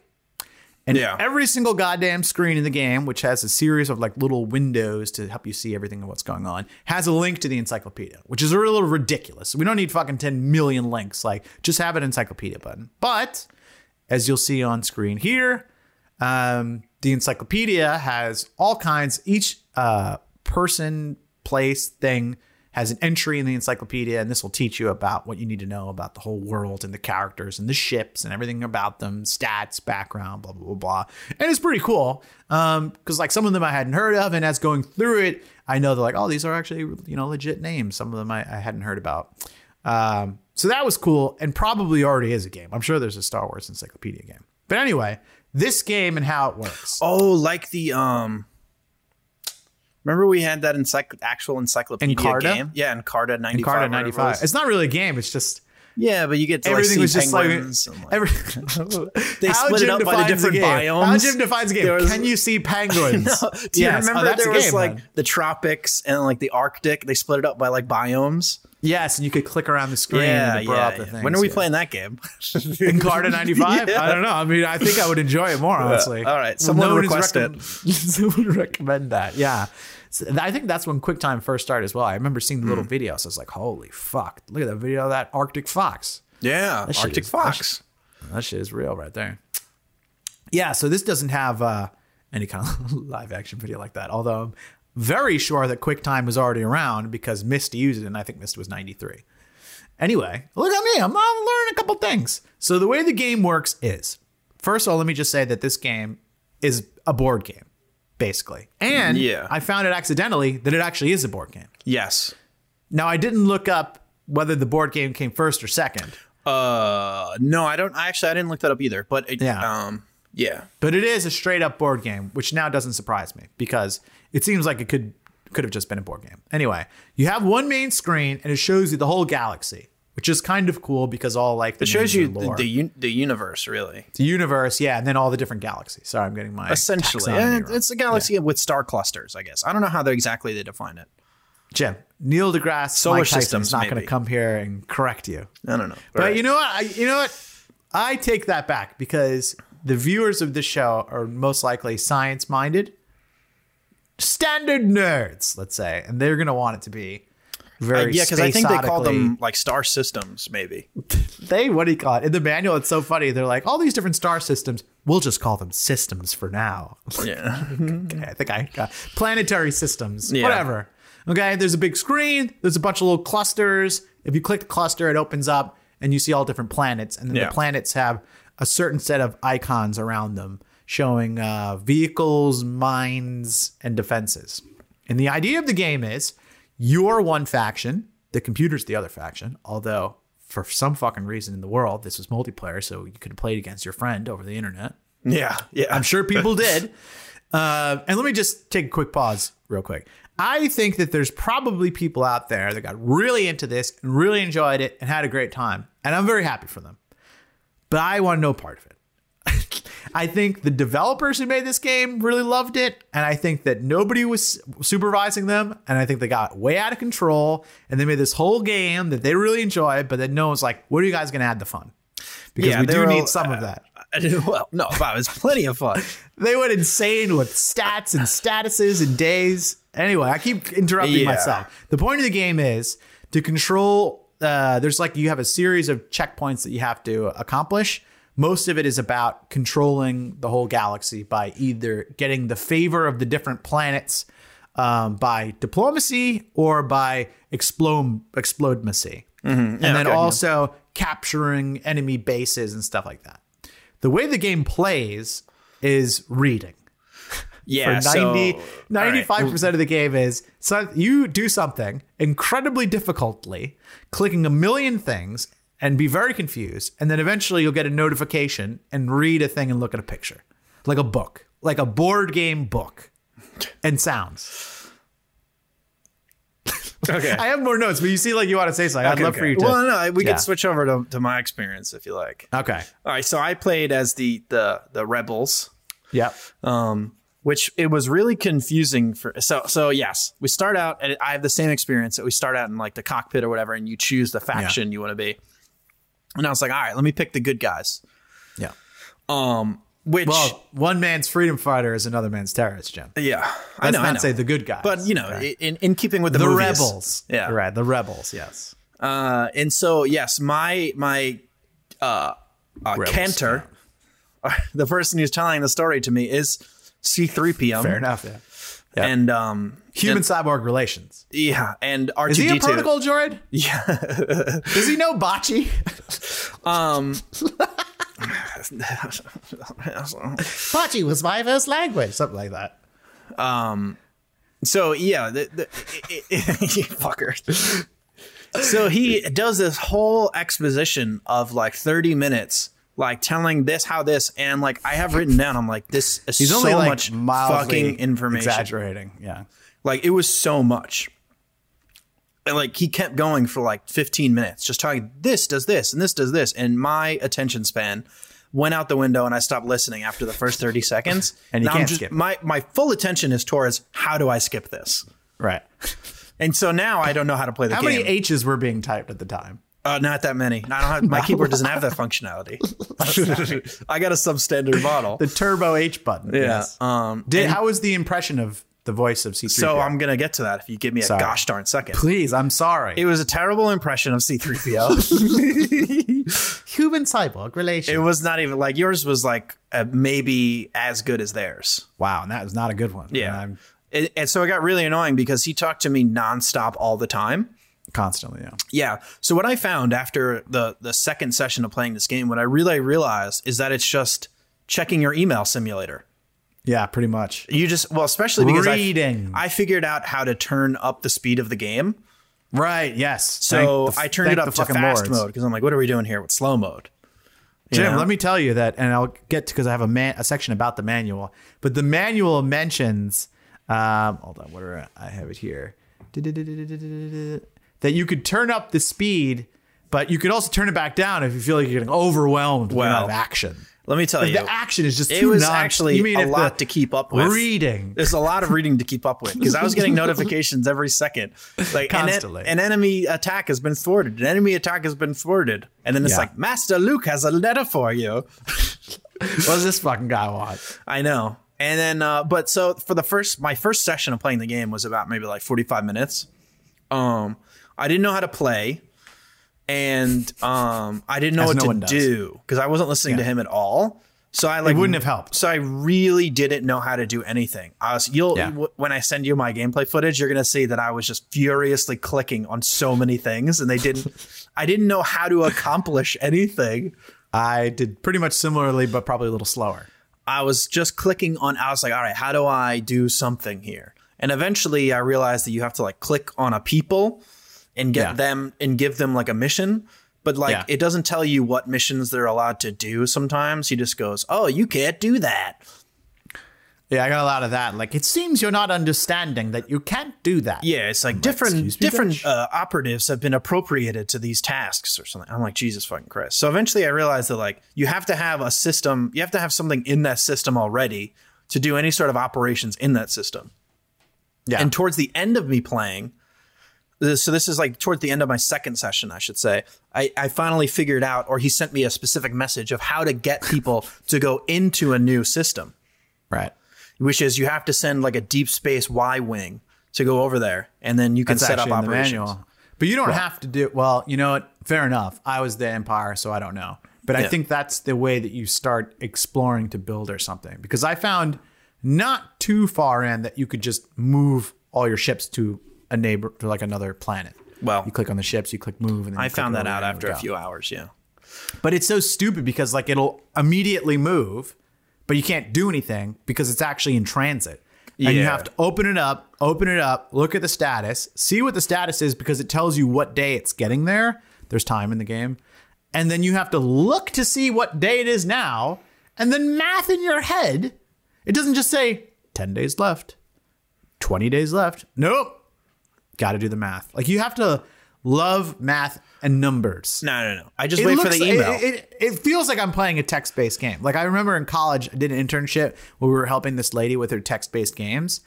Speaker 2: And
Speaker 1: Yeah.
Speaker 2: every single goddamn screen in the game, which has a series of like little windows to help you see everything and what's going on, has a link to the encyclopedia, which is a little ridiculous. We don't need fucking 10 million links. Like, just have an encyclopedia button. But as you'll see on screen here, um, the encyclopedia has all kinds. Each uh, person, place, thing has an entry in the encyclopedia, and this will teach you about what you need to know about the whole world and the characters and the ships and everything about them, stats, background, blah blah blah blah. And it's pretty cool because like some of them I hadn't heard of, and as going through it, I know they're like, oh, these are actually you know legit names. Some of them I, I hadn't heard about. Um, so that was cool and probably already is a game. I'm sure there's a Star Wars encyclopedia game. But anyway, this game and how it works.
Speaker 1: Oh, like the um. Remember we had that encycl- actual encyclopedia
Speaker 2: Encarta?
Speaker 1: game? Yeah, Encarta ninety five.
Speaker 2: Carta 95. It's not really a game, it's just
Speaker 1: Yeah, but you get to like,
Speaker 2: everything
Speaker 1: see
Speaker 2: was just like,
Speaker 1: penguins. and, like-
Speaker 2: every,
Speaker 1: They split it up by the
Speaker 2: defines
Speaker 1: different
Speaker 2: game. How
Speaker 1: biomes.
Speaker 2: Jim defines a game.
Speaker 1: There was-
Speaker 2: Can you see penguins?
Speaker 1: Do you
Speaker 2: Yes. Oh,
Speaker 1: remember
Speaker 2: that's a
Speaker 1: there was
Speaker 2: game,
Speaker 1: like
Speaker 2: then.
Speaker 1: the tropics and like the Arctic? They split it up by like biomes.
Speaker 2: Yes, and you could click around the screen
Speaker 1: Yeah,
Speaker 2: and it brought
Speaker 1: yeah.
Speaker 2: up the
Speaker 1: yeah.
Speaker 2: things.
Speaker 1: When are we
Speaker 2: yeah.
Speaker 1: playing that game?
Speaker 2: in Uh, Carta 95?
Speaker 1: Yeah.
Speaker 2: I don't know. I mean, I think I would enjoy it more, honestly.
Speaker 1: all right. Someone
Speaker 2: one is
Speaker 1: request
Speaker 2: recomm- Someone recommend that. Yeah. So th- I think that's when QuickTime first started as well. I remember seeing the little videos. I was like, holy fuck. Look at that video of that Arctic Fox.
Speaker 1: yeah,
Speaker 2: shit
Speaker 1: Arctic
Speaker 2: is- that
Speaker 1: Fox.
Speaker 2: That shit is real right there. Yeah, so this doesn't have uh, any kind of live action video like that, although I'm very sure that QuickTime was already around because Mist used it, and I think Mist was 93. Anyway, look at me. I'm, I'm learning a couple things. So the way the game works is, first of all, let me just say that this game is a board game, basically. And
Speaker 1: Yeah.
Speaker 2: I found it accidentally that it actually is a board game.
Speaker 1: Yes.
Speaker 2: Now I didn't look up whether the board game came first or second,
Speaker 1: Uh, no, I don't. I actually I didn't look that up either. But it,
Speaker 2: Yeah.
Speaker 1: yeah, um, yeah,
Speaker 2: but it is a straight up board game, which now doesn't surprise me because it seems like it could could have just been a board game. Anyway, you have one main screen and it shows you the whole galaxy, which is kind of cool because all like the
Speaker 1: it shows you
Speaker 2: names and
Speaker 1: the
Speaker 2: lore.
Speaker 1: the, un- the universe really.
Speaker 2: the universe, yeah, and then all the different galaxies. Sorry, I'm getting my
Speaker 1: Essentially,
Speaker 2: taxonomy
Speaker 1: Yeah,
Speaker 2: wrong.
Speaker 1: it's a galaxy with star clusters. I guess I don't know how they exactly they define it.
Speaker 2: Jim Neil deGrasse
Speaker 1: Solar
Speaker 2: Mike Tyson's
Speaker 1: systems,
Speaker 2: not going to
Speaker 1: maybe.
Speaker 2: come here and correct you.
Speaker 1: I don't know.
Speaker 2: But you know what? I, you know what? I take that back because the viewers of this show are most likely science minded, standard nerds, let's say, and they're going to want it to be very
Speaker 1: Uh, yeah, because I think they call
Speaker 2: spacodically-
Speaker 1: them like star systems, maybe.
Speaker 2: they what do you call it in the manual? It's so funny. They're like all these different star systems. We'll just call them systems for now.
Speaker 1: Yeah.
Speaker 2: okay, I think I got planetary systems,
Speaker 1: Yeah.
Speaker 2: whatever. Okay, there's a big screen, there's a bunch of little clusters. If you click the cluster, it opens up and you see all different planets. And then
Speaker 1: Yeah.
Speaker 2: the planets have a certain set of icons around them showing uh, vehicles, mines, and defenses. And the idea of the game is you're one faction, the computer's the other faction, although for some fucking reason in the world, this was multiplayer, so you could play it against your friend over the internet.
Speaker 1: Yeah. Yeah.
Speaker 2: I'm sure people did. Uh, and let me just take a quick pause, real quick. I think that there's probably people out there that got really into this and really enjoyed it and had a great time. And I'm very happy for them. But I want no part of it. I think the developers who made this game really loved it, and I think that nobody was supervising them, and I think they got way out of control, and they made this whole game that they really enjoyed, but then no one's like, "What are you guys going to add to fun?" Because
Speaker 1: Yeah,
Speaker 2: we
Speaker 1: they
Speaker 2: do
Speaker 1: were uh,
Speaker 2: need
Speaker 1: all-
Speaker 2: some of that.
Speaker 1: well, no, wow, it was plenty of fun.
Speaker 2: They went insane with stats and statuses and days. Anyway, I keep interrupting
Speaker 1: Yeah.
Speaker 2: myself. The point of the game is to control. Uh, there's like you have a series of checkpoints that you have to accomplish. Most of it is about controlling the whole galaxy by either getting the favor of the different planets um, by diplomacy or by explode explodemacy, and then
Speaker 1: okay, Mm-hmm. yeah.
Speaker 2: also capturing enemy bases and stuff like that. The way the game plays is reading.
Speaker 1: Yeah,
Speaker 2: For 90,
Speaker 1: so, all right.
Speaker 2: 95% of the game is so you do something incredibly difficultly, clicking a million things and be very confused. And then eventually you'll get a notification and read a thing and look at a picture like a book, like a board game book and sounds.
Speaker 1: Okay.
Speaker 2: I have more notes, but you see, like you want to say something. I'd
Speaker 1: Okay,
Speaker 2: love
Speaker 1: okay.
Speaker 2: for you to.
Speaker 1: Well, no, we
Speaker 2: Yeah.
Speaker 1: can switch over to, to my experience if you like.
Speaker 2: Okay.
Speaker 1: All right, so I played as the the the rebels,
Speaker 2: Yep.
Speaker 1: which it was really confusing for. So so yes, we start out. And I have the same experience that we start out in like the cockpit or whatever, and you choose the faction you want to be. And I was like, all right, let me pick the good guys.
Speaker 2: Yeah.
Speaker 1: Um, which
Speaker 2: Well, one man's freedom fighter is another man's terrorist, Jim.
Speaker 1: yeah, I
Speaker 2: Let's
Speaker 1: know, I
Speaker 2: not
Speaker 1: know.
Speaker 2: say the good guys.
Speaker 1: but you know, in in keeping with the
Speaker 2: the
Speaker 1: movies.
Speaker 2: rebels.
Speaker 1: yeah,
Speaker 2: Right. The rebels. Yes.
Speaker 1: Uh, and so yes, my my uh, uh
Speaker 2: Rebels,
Speaker 1: Cantor, the person who's telling the story to me is C3PO.
Speaker 2: Fair enough. Yeah.
Speaker 1: And um
Speaker 2: Human
Speaker 1: and-
Speaker 2: cyborg relations.
Speaker 1: yeah, and R2D2.
Speaker 2: Is he a protocol droid?
Speaker 1: Yeah.
Speaker 2: Does he know bocce?
Speaker 1: Um
Speaker 2: bocce was my first language. Something like that.
Speaker 1: so yeah, the, the, you fucker. So he does this whole exposition of like 30 minutes like telling this how this and like I have written down I'm like this is so much fucking information.
Speaker 2: Exaggerating. Yeah.
Speaker 1: Like it was so much. And like he kept going for like 15 minutes, just talking, this does this and this does this. And my attention span went out the window and I stopped listening after the first 30 seconds.
Speaker 2: And you
Speaker 1: Now I'm
Speaker 2: can't
Speaker 1: just-
Speaker 2: skip it.
Speaker 1: My, my full attention is towards how do I skip this?
Speaker 2: Right.
Speaker 1: And so now I don't know how to play the
Speaker 2: How
Speaker 1: game.
Speaker 2: many H's were being typed at the time?
Speaker 1: uh, not that many. I don't have, my keyboard doesn't have that functionality. I got a substandard model.
Speaker 2: The turbo H button. Yeah.
Speaker 1: Um,
Speaker 2: Did, how was the impression of the voice of C3?
Speaker 1: so I'm going to get to that if you give me a gosh darn second.
Speaker 2: Please, I'm sorry.
Speaker 1: It was a terrible impression of C3PO.
Speaker 2: Human cyborg relations.
Speaker 1: It was not even like yours was like uh, maybe as good as theirs.
Speaker 2: wow, and that was not a good one. And
Speaker 1: And,
Speaker 2: I'm
Speaker 1: and, so it got really annoying because he talked to me nonstop all the time.
Speaker 2: constantly. Yeah.
Speaker 1: Yeah. So what I found after the the second session of playing this game, what I really realized is that it's just checking your email simulator.
Speaker 2: Yeah. Pretty much.
Speaker 1: You just well, especially because I-
Speaker 2: Reading.
Speaker 1: I, figured out how to turn up the speed of the game.
Speaker 2: Right. Yes.
Speaker 1: So
Speaker 2: Thank the-
Speaker 1: I turned
Speaker 2: thank
Speaker 1: it
Speaker 2: the
Speaker 1: up to
Speaker 2: fucking
Speaker 1: fast
Speaker 2: lords.
Speaker 1: mode because I'm like, what are we doing here with slow mode? You
Speaker 2: Jim,
Speaker 1: know?
Speaker 2: let me tell you that, and I'll get to because I have a man a section about the manual. But the manual mentions, um, hold on, what are I have it here? That you could turn up the speed, but you could also turn it back down if you feel like you're getting overwhelmed with the amount of
Speaker 1: Well,
Speaker 2: action.
Speaker 1: let me tell you.
Speaker 2: The action is just
Speaker 1: it
Speaker 2: too
Speaker 1: was
Speaker 2: nonst-
Speaker 1: actually
Speaker 2: you mean
Speaker 1: a
Speaker 2: if the
Speaker 1: lot to keep up with.
Speaker 2: Reading,
Speaker 1: There's a lot of reading to keep up with because I was getting notifications every second, like an en-
Speaker 2: Constantly.
Speaker 1: An, enemy attack has been thwarted. An enemy attack has been thwarted, and then it's
Speaker 2: Yeah.
Speaker 1: like Master Luke has a letter for you.
Speaker 2: what does this fucking guy want?
Speaker 1: I know. And then, uh, but so for the first, my first session of playing the game was about maybe like 45 minutes. Um, I didn't know how to play, and um, I didn't know
Speaker 2: As
Speaker 1: what
Speaker 2: no one
Speaker 1: to
Speaker 2: does.
Speaker 1: do because I wasn't listening to him at all. So I like
Speaker 2: wouldn't have helped.
Speaker 1: So I really didn't know how to do anything. I was you'll
Speaker 2: Yeah.
Speaker 1: w- when I send you my gameplay footage, you're gonna see that I was just furiously clicking on so many things, and they didn't. I didn't know how to accomplish anything.
Speaker 2: I did pretty much similarly, but probably a little slower.
Speaker 1: I was just clicking on. I was like, all right, how do I do something here? And eventually, I realized that you have to like click on a people and get
Speaker 2: Yeah.
Speaker 1: them and give them like a mission. But like,
Speaker 2: Yeah.
Speaker 1: it doesn't tell you what missions they're allowed to do. Sometimes he just goes, "Oh, you can't do that."
Speaker 2: Yeah, I got a lot of that. Like, it seems you're not understanding that you can't do that.
Speaker 1: Yeah, it's like
Speaker 2: excuse
Speaker 1: different
Speaker 2: me,
Speaker 1: different
Speaker 2: Dutch?
Speaker 1: uh, operatives have been appropriated to these tasks or something. I'm like Jesus fucking Christ. So eventually, I realized that like you have to have a system, you have to have something in that system already to do any sort of operations in that system.
Speaker 2: Yeah.
Speaker 1: And towards the end of me playing, this- so this is like towards the end of my second session, I should say. I, I finally figured out, or he sent me a specific message of how to get people to go into a new system
Speaker 2: right.
Speaker 1: which is you have to send like a deep space Y wing to go over there, and then you can set up
Speaker 2: actually in the
Speaker 1: operations.
Speaker 2: manual. But you don't have to do well. You know what? Fair enough. I was the empire, so I don't know. But I
Speaker 1: Yeah.
Speaker 2: think that's the way that you start exploring to build or something. Because I found not too far in that you could just move all your ships to a neighbor to like another planet.
Speaker 1: Well-
Speaker 2: you click on the ships, you click move, and then
Speaker 1: I
Speaker 2: you click
Speaker 1: found that
Speaker 2: over
Speaker 1: out
Speaker 2: and it would
Speaker 1: after a
Speaker 2: go.
Speaker 1: few hours. Yeah,
Speaker 2: But it's so stupid because like it'll immediately move, but you can't do anything because it's actually in transit. And you
Speaker 1: Yeah.
Speaker 2: have to open it up, open it up, look at the status, see what the status is because it tells you what day it's getting there. There's time in the game. And then you have to look to see what day it is now and then math in your head. It doesn't just say 10 days left, 20 days left. Nope. Got to do the math. Like you have to love math and numbers
Speaker 1: no, no, no. I just wait for the email.
Speaker 2: it, it, it feels like I'm playing a text based game. Like I remember in college, I did an internship where we were helping this lady with her text based games,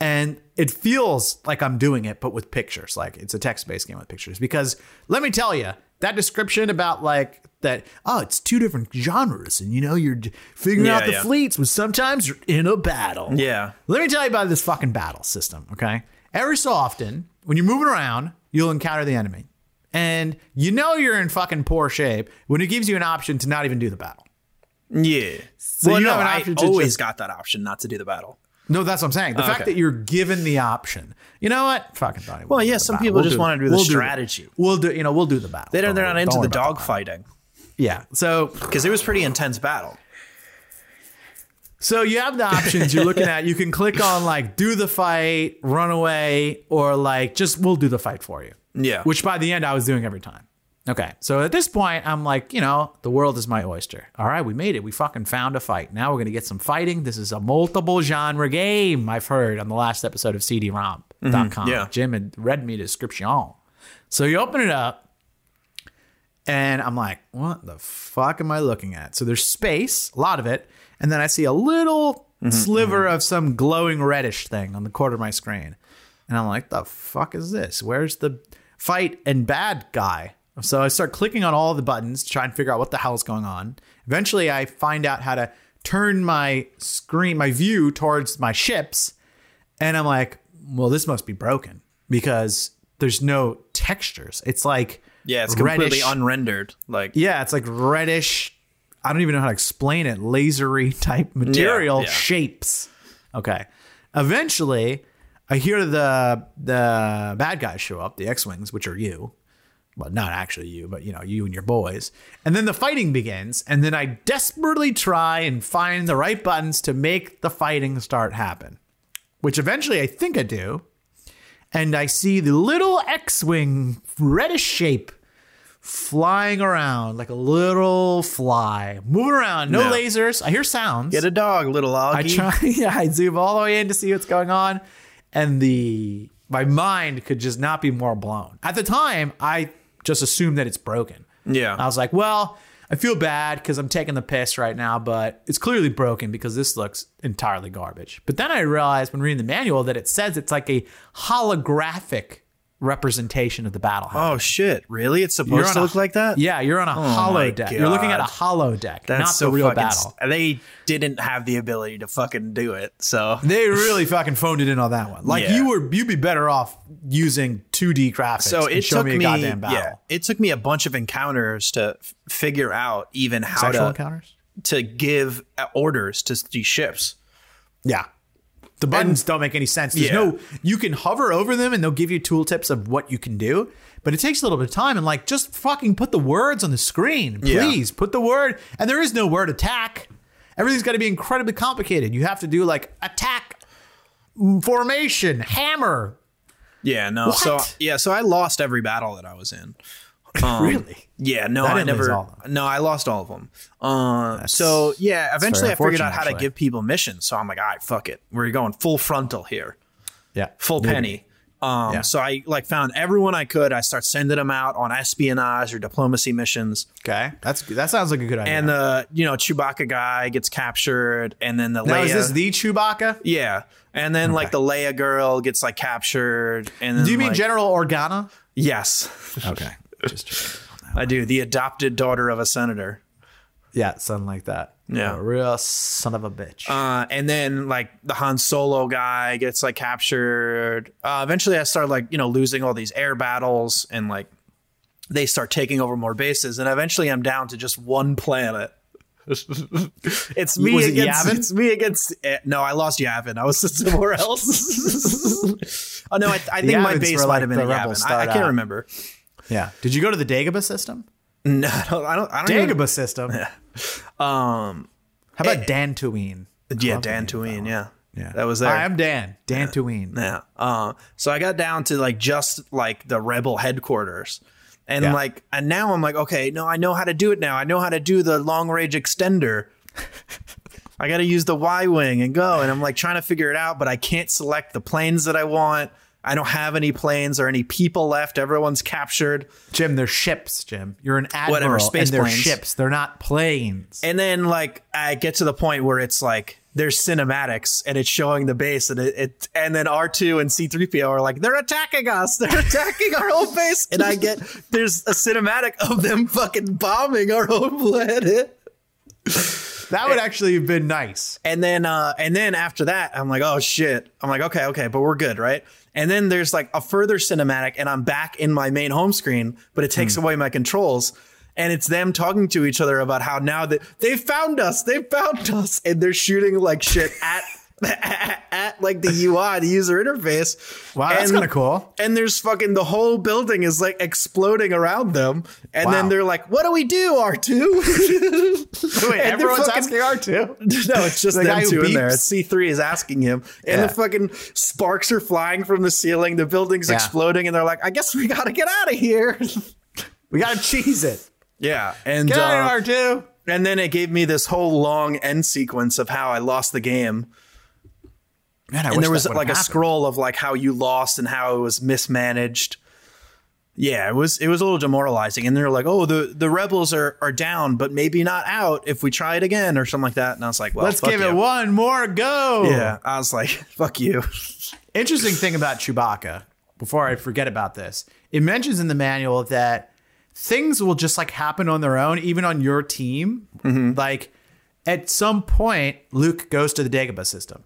Speaker 2: and it feels like I'm doing it, but with pictures. Like it's a text based game with pictures. Because let me tell you, that description about like that. Oh, it's two different genres, and you know you're d- figuring
Speaker 1: Yeah,
Speaker 2: out the
Speaker 1: yeah.
Speaker 2: fleets. But sometimes you're in a battle.
Speaker 1: yeah,
Speaker 2: Let me tell you about this fucking battle system, okay? Every so often, when you're moving around, you'll encounter the enemy. And you know you're in fucking poor shape when it gives you an option to not even do the battle.
Speaker 1: yeah.
Speaker 2: you
Speaker 1: well, no,
Speaker 2: have an
Speaker 1: I
Speaker 2: option to
Speaker 1: always
Speaker 2: just-
Speaker 1: got that option not to do the battle.
Speaker 2: No, that's what I'm saying. The fact
Speaker 1: Oh, okay.
Speaker 2: that you're given the option. You know what? Fucking thought
Speaker 1: Well, yeah, some people just wanna do the strategy.
Speaker 2: we'll do you know, we'll do the battle.
Speaker 1: They don't,
Speaker 2: Don't
Speaker 1: they're
Speaker 2: worry-
Speaker 1: not
Speaker 2: don't
Speaker 1: into
Speaker 2: worry
Speaker 1: the
Speaker 2: about
Speaker 1: dog fighting
Speaker 2: Yeah. So
Speaker 1: because it was pretty intense battle.
Speaker 2: So you have the options you're looking at. You can click on like do the fight, run away, or like just we'll do the fight for you.
Speaker 1: Yeah.
Speaker 2: Which by the end I was doing every time. Okay. So at this point, I'm like, you know, the world is my oyster. All right, we made it. We fucking found a fight. Now we're gonna get some fighting. This is a multiple genre game, I've heard on the last episode of CD-ROM.com.
Speaker 1: Mm-hmm. yeah.
Speaker 2: Jim had read me the description. So you open it up, and I'm like, what the fuck am I looking at? So there's space, a lot of it, and then I see a little
Speaker 1: Mm-hmm,
Speaker 2: sliver of some glowing reddish thing on the corner of my screen. And I'm like, the fuck is this? Where's the fight and bad guy? So I start clicking on all the buttons to try and figure out what the hell's going on. Eventually I find out how to turn my screen, my view towards my ships, and I'm like, well, this must be broken because there's no textures. It's like
Speaker 1: Yeah, it's completely
Speaker 2: reddish-
Speaker 1: unrendered. Like
Speaker 2: yeah, it's like reddish. I don't even know how to explain it. Lasery type material
Speaker 1: yeah.
Speaker 2: shapes. Okay. Eventually, I hear the the bad guys show up, the X wings, which are you. Well, not actually you, but you know you and your boys. And then the fighting begins. And then I desperately try and find the right buttons to make the fighting start happen, which eventually I think I do. And I see the little X wing reddish shape flying around like a little fly, moving around. No
Speaker 1: Yeah.
Speaker 2: lasers. I hear sounds.
Speaker 1: get a dog, little
Speaker 2: I
Speaker 1: Augie.
Speaker 2: try. Yeah, I zoom all the way in to see what's going on, and the my mind could just not be more blown. At the time, I just assumed that it's broken.
Speaker 1: Yeah.
Speaker 2: I was like, well, I feel bad because I'm taking the piss right now, but it's clearly broken because this looks entirely garbage. But then I realized when reading the manual that it says it's like a holographic representation of the battle.
Speaker 1: oh shit! Really? It's supposed to
Speaker 2: a-
Speaker 1: look like that? Oh
Speaker 2: Yeah, you're on a hollow
Speaker 1: my
Speaker 2: deck. You're looking at a
Speaker 1: God.
Speaker 2: hollow deck,
Speaker 1: That's
Speaker 2: not
Speaker 1: so
Speaker 2: the real
Speaker 1: fucking
Speaker 2: battle.
Speaker 1: s- they didn't have the ability to fucking do it. So
Speaker 2: They really fucking phoned it in on that one. Like
Speaker 1: Yeah.
Speaker 2: you were, you'd be better off using 2D graphics.
Speaker 1: so
Speaker 2: and
Speaker 1: it
Speaker 2: show
Speaker 1: took
Speaker 2: me a
Speaker 1: me
Speaker 2: goddamn battle.
Speaker 1: yeah it took me a bunch of encounters to f- figure out even how
Speaker 2: Sexual
Speaker 1: to
Speaker 2: encounters.
Speaker 1: to give uh, orders to these ships
Speaker 2: Yeah, the buttons don't make any sense. There's
Speaker 1: Yeah.
Speaker 2: no you can hover over them and they'll give you tooltips of what you can do, but it takes a little bit of time and like just fucking put the words on the screen,
Speaker 1: Yeah.
Speaker 2: please put the word. And there is no word attack. Everything's got to be incredibly complicated. You have to do like attack formation hammer.
Speaker 1: yeah no so
Speaker 2: What?
Speaker 1: yeah so i lost every battle that i was in
Speaker 2: really?
Speaker 1: Yeah, no,
Speaker 2: That
Speaker 1: I
Speaker 2: didn't lose
Speaker 1: never.
Speaker 2: all of
Speaker 1: No, I lost all of them. Uh, so yeah, eventually I
Speaker 2: very
Speaker 1: figured out how to
Speaker 2: unfortunate,
Speaker 1: give people missions. So I'm like, all right, fuck it, we're going full frontal here,
Speaker 2: Yeah.
Speaker 1: full penny. Um,
Speaker 2: Yeah.
Speaker 1: So I like found everyone I could. I start sending them out on espionage or diplomacy missions,
Speaker 2: Okay. That's that sounds like a good idea.
Speaker 1: and the you know Chewbacca guy gets captured, and then the
Speaker 2: now,
Speaker 1: Leia,
Speaker 2: is this the Chewbacca?
Speaker 1: yeah, and then like the Leia girl gets like captured, and then,
Speaker 2: Do you mean
Speaker 1: like-
Speaker 2: General Organa?
Speaker 1: Yes,
Speaker 2: Okay. Just checking.
Speaker 1: I do. The adopted daughter of a senator.
Speaker 2: yeah, something like that.
Speaker 1: Yeah.
Speaker 2: A real son of a bitch.
Speaker 1: Uh, and then like the Han Solo guy gets like captured. Uh, eventually, I start like you know losing all these air battles, and like they start taking over more bases, and eventually I'm down to just one planet. it's me
Speaker 2: Was it
Speaker 1: against
Speaker 2: Yavin?
Speaker 1: it's me against eh, no I lost Yavin I was somewhere else oh no I, I think my
Speaker 2: Yavins
Speaker 1: base
Speaker 2: were,
Speaker 1: might
Speaker 2: like,
Speaker 1: have been
Speaker 2: the
Speaker 1: in
Speaker 2: rebels
Speaker 1: Yavin I, I
Speaker 2: start
Speaker 1: can't
Speaker 2: out.
Speaker 1: remember
Speaker 2: yeah. Did you go to the Dagobah system?
Speaker 1: no I don't I don't, I don't even-
Speaker 2: Dagobah system.
Speaker 1: um
Speaker 2: How about Dantooine?
Speaker 1: yeah Dantooine yeah
Speaker 2: Yeah.
Speaker 1: that was there
Speaker 2: I am Dan. Dantooine.
Speaker 1: Yeah. Uh, so I got down to like just like the rebel headquarters. And
Speaker 2: Yeah.
Speaker 1: like, and now I'm like, okay, no, I know how to do it now. I know how to do the long range extender. I got to use the Y Wing and go. And I'm like trying to figure it out, but I can't select the planes that I want. I don't have any planes or any people left. Everyone's captured.
Speaker 2: Jim, they're ships, Jim. You're an admiral.
Speaker 1: Whatever, space
Speaker 2: and they're
Speaker 1: planes.
Speaker 2: ships. They're not planes.
Speaker 1: And then like, I get to the point where it's like, there's cinematics and it's showing the base and it, it and then R2 and C3PO are like they're attacking us they're attacking our whole base and I get there's a cinematic of them fucking bombing our own planet
Speaker 2: that would actually have been nice.
Speaker 1: and then uh and then after that I'm like oh shit I'm like okay okay but we're good right and then there's like a further cinematic and I'm back in my main home screen but it takes
Speaker 2: Hmm.
Speaker 1: away my controls and it's them talking to each other about how now that they found us they found us and they're shooting like shit at at, like the UI the user interface
Speaker 2: Wow, that's
Speaker 1: And-
Speaker 2: kinda cool.
Speaker 1: and there's fucking the whole building is like exploding around them and then
Speaker 2: Wow.
Speaker 1: they're like what do we do R2
Speaker 2: Wait,
Speaker 1: And they're
Speaker 2: everyone's
Speaker 1: fucking-
Speaker 2: asking R2.
Speaker 1: no, it's just
Speaker 2: The
Speaker 1: them
Speaker 2: guy who
Speaker 1: two in there.
Speaker 2: beeps?
Speaker 1: It's C3 is asking him, and
Speaker 2: Yeah.
Speaker 1: the fucking sparks are flying from the ceiling. The building's
Speaker 2: Yeah.
Speaker 1: exploding, and they're like, "I guess we gotta get out of here."
Speaker 2: We gotta cheese it.
Speaker 1: yeah, and
Speaker 2: Get
Speaker 1: uh,
Speaker 2: out of here, R2.
Speaker 1: and then it gave me this whole long end sequence of how I lost the game,
Speaker 2: Man, I
Speaker 1: and there was like a scroll of like how you lost and how it was mismanaged. Yeah, it was it was a little demoralizing, and they're like, "Oh, the the rebels are are down, but maybe not out if we try it again or something like that." And I was like, "Well,
Speaker 2: Let's
Speaker 1: fuck
Speaker 2: give
Speaker 1: you.
Speaker 2: it one more go.
Speaker 1: Yeah, I was like, "Fuck you."
Speaker 2: Interesting thing about Chewbacca, before I forget about this, it mentions in the manual that things will just like happen on their own, even on your team.
Speaker 1: Mm-hmm.
Speaker 2: Like at some point, Luke goes to the Dagobah system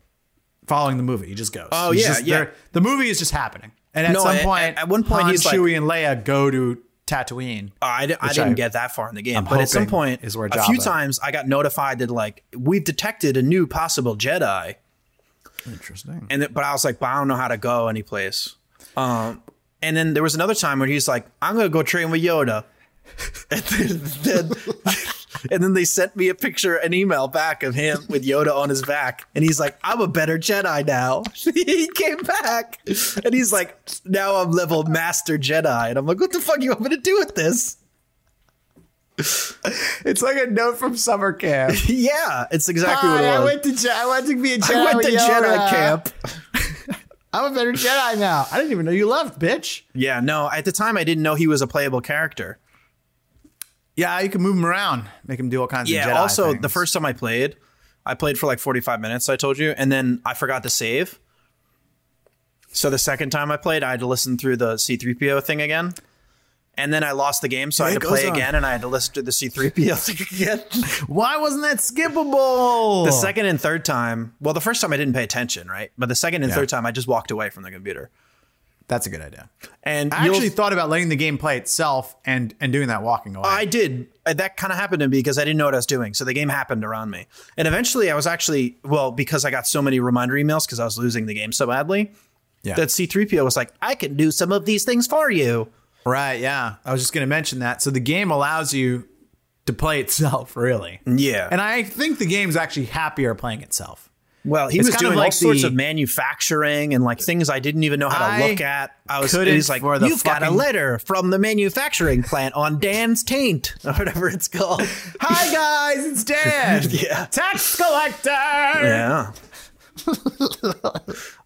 Speaker 2: following the movie. He just goes.
Speaker 1: Oh,
Speaker 2: He's
Speaker 1: yeah,
Speaker 2: just-
Speaker 1: yeah.
Speaker 2: they're- The movie is just happening. And at
Speaker 1: No,
Speaker 2: some
Speaker 1: at-
Speaker 2: point,
Speaker 1: at- at one point
Speaker 2: Han,
Speaker 1: he's like-
Speaker 2: Chewie and Leia go to Tatooine.
Speaker 1: I, di- I
Speaker 2: Which
Speaker 1: didn't
Speaker 2: I-
Speaker 1: get that far in the game,
Speaker 2: I'm
Speaker 1: but at some
Speaker 2: hoping
Speaker 1: point,
Speaker 2: is where
Speaker 1: a few
Speaker 2: Jabba-
Speaker 1: times I got notified that like we've detected a new possible Jedi,
Speaker 2: Interesting.
Speaker 1: and it, but I was like, but I don't know how to go any place. Um, and then there was another time where he's like, I'm gonna go train with Yoda, and then, then- and then they sent me a picture, an email back of him with Yoda on his back, and he's like, I'm a better Jedi now. he came back, and he's like, now I'm level master Jedi, and I'm like, what the fuck you want me to do with this?
Speaker 2: It's like a note from summer camp.
Speaker 1: Yeah, it's exactly what it was.
Speaker 2: Hi, I went to Je- I went to be a Jedi.
Speaker 1: I went to
Speaker 2: with
Speaker 1: Jedi
Speaker 2: Yoda.
Speaker 1: camp.
Speaker 2: I'm a better Jedi now. I didn't even know you left, bitch.
Speaker 1: Yeah, no, at the time I didn't know he was a playable character.
Speaker 2: Yeah, you can move him around, make him do all kinds
Speaker 1: Yeah,
Speaker 2: of Jedi.
Speaker 1: also
Speaker 2: things.
Speaker 1: the first time I played, I played for like 45 minutes, I told you, and then I forgot to save. So the second time I played, I had to listen through the C3PO thing again. And then I lost the game, so I
Speaker 2: Yeah,
Speaker 1: had to
Speaker 2: it
Speaker 1: play
Speaker 2: goes on.
Speaker 1: again and I had to listen to the C3PO thing again.
Speaker 2: Why wasn't that skippable?
Speaker 1: The second and third time, well, the first time I didn't pay attention, right? But the second and third time I just walked away from the computer.
Speaker 2: That's a good idea.
Speaker 1: And
Speaker 2: I
Speaker 1: you'll-
Speaker 2: actually thought about letting the game play itself and and doing that walking away.
Speaker 1: I did. Uh, That kind of happened to me because I didn't know what I was doing. So the game happened around me. And eventually I was actually, well, because I got so many reminder emails because I was losing the game so badly,
Speaker 2: yeah.
Speaker 1: that C3PO was like, I can do some of these things for you.
Speaker 2: right. Yeah. I was just going to mention that. So the game allows you to play itself, really.
Speaker 1: Yeah.
Speaker 2: And I think the game's actually happier playing itself.
Speaker 1: Well, he
Speaker 2: It's
Speaker 1: was
Speaker 2: kind of
Speaker 1: doing all
Speaker 2: like
Speaker 1: sorts
Speaker 2: the-
Speaker 1: of manufacturing and like things I didn't even know how to
Speaker 2: I
Speaker 1: look at. I was
Speaker 2: couldn't
Speaker 1: he's like,
Speaker 2: for the
Speaker 1: "You've got a
Speaker 2: fucking-
Speaker 1: letter from the manufacturing plant on Dan's taint or whatever it's called."
Speaker 2: Hi guys, it's Dan.
Speaker 1: Yeah.
Speaker 2: Tax collector.
Speaker 1: yeah.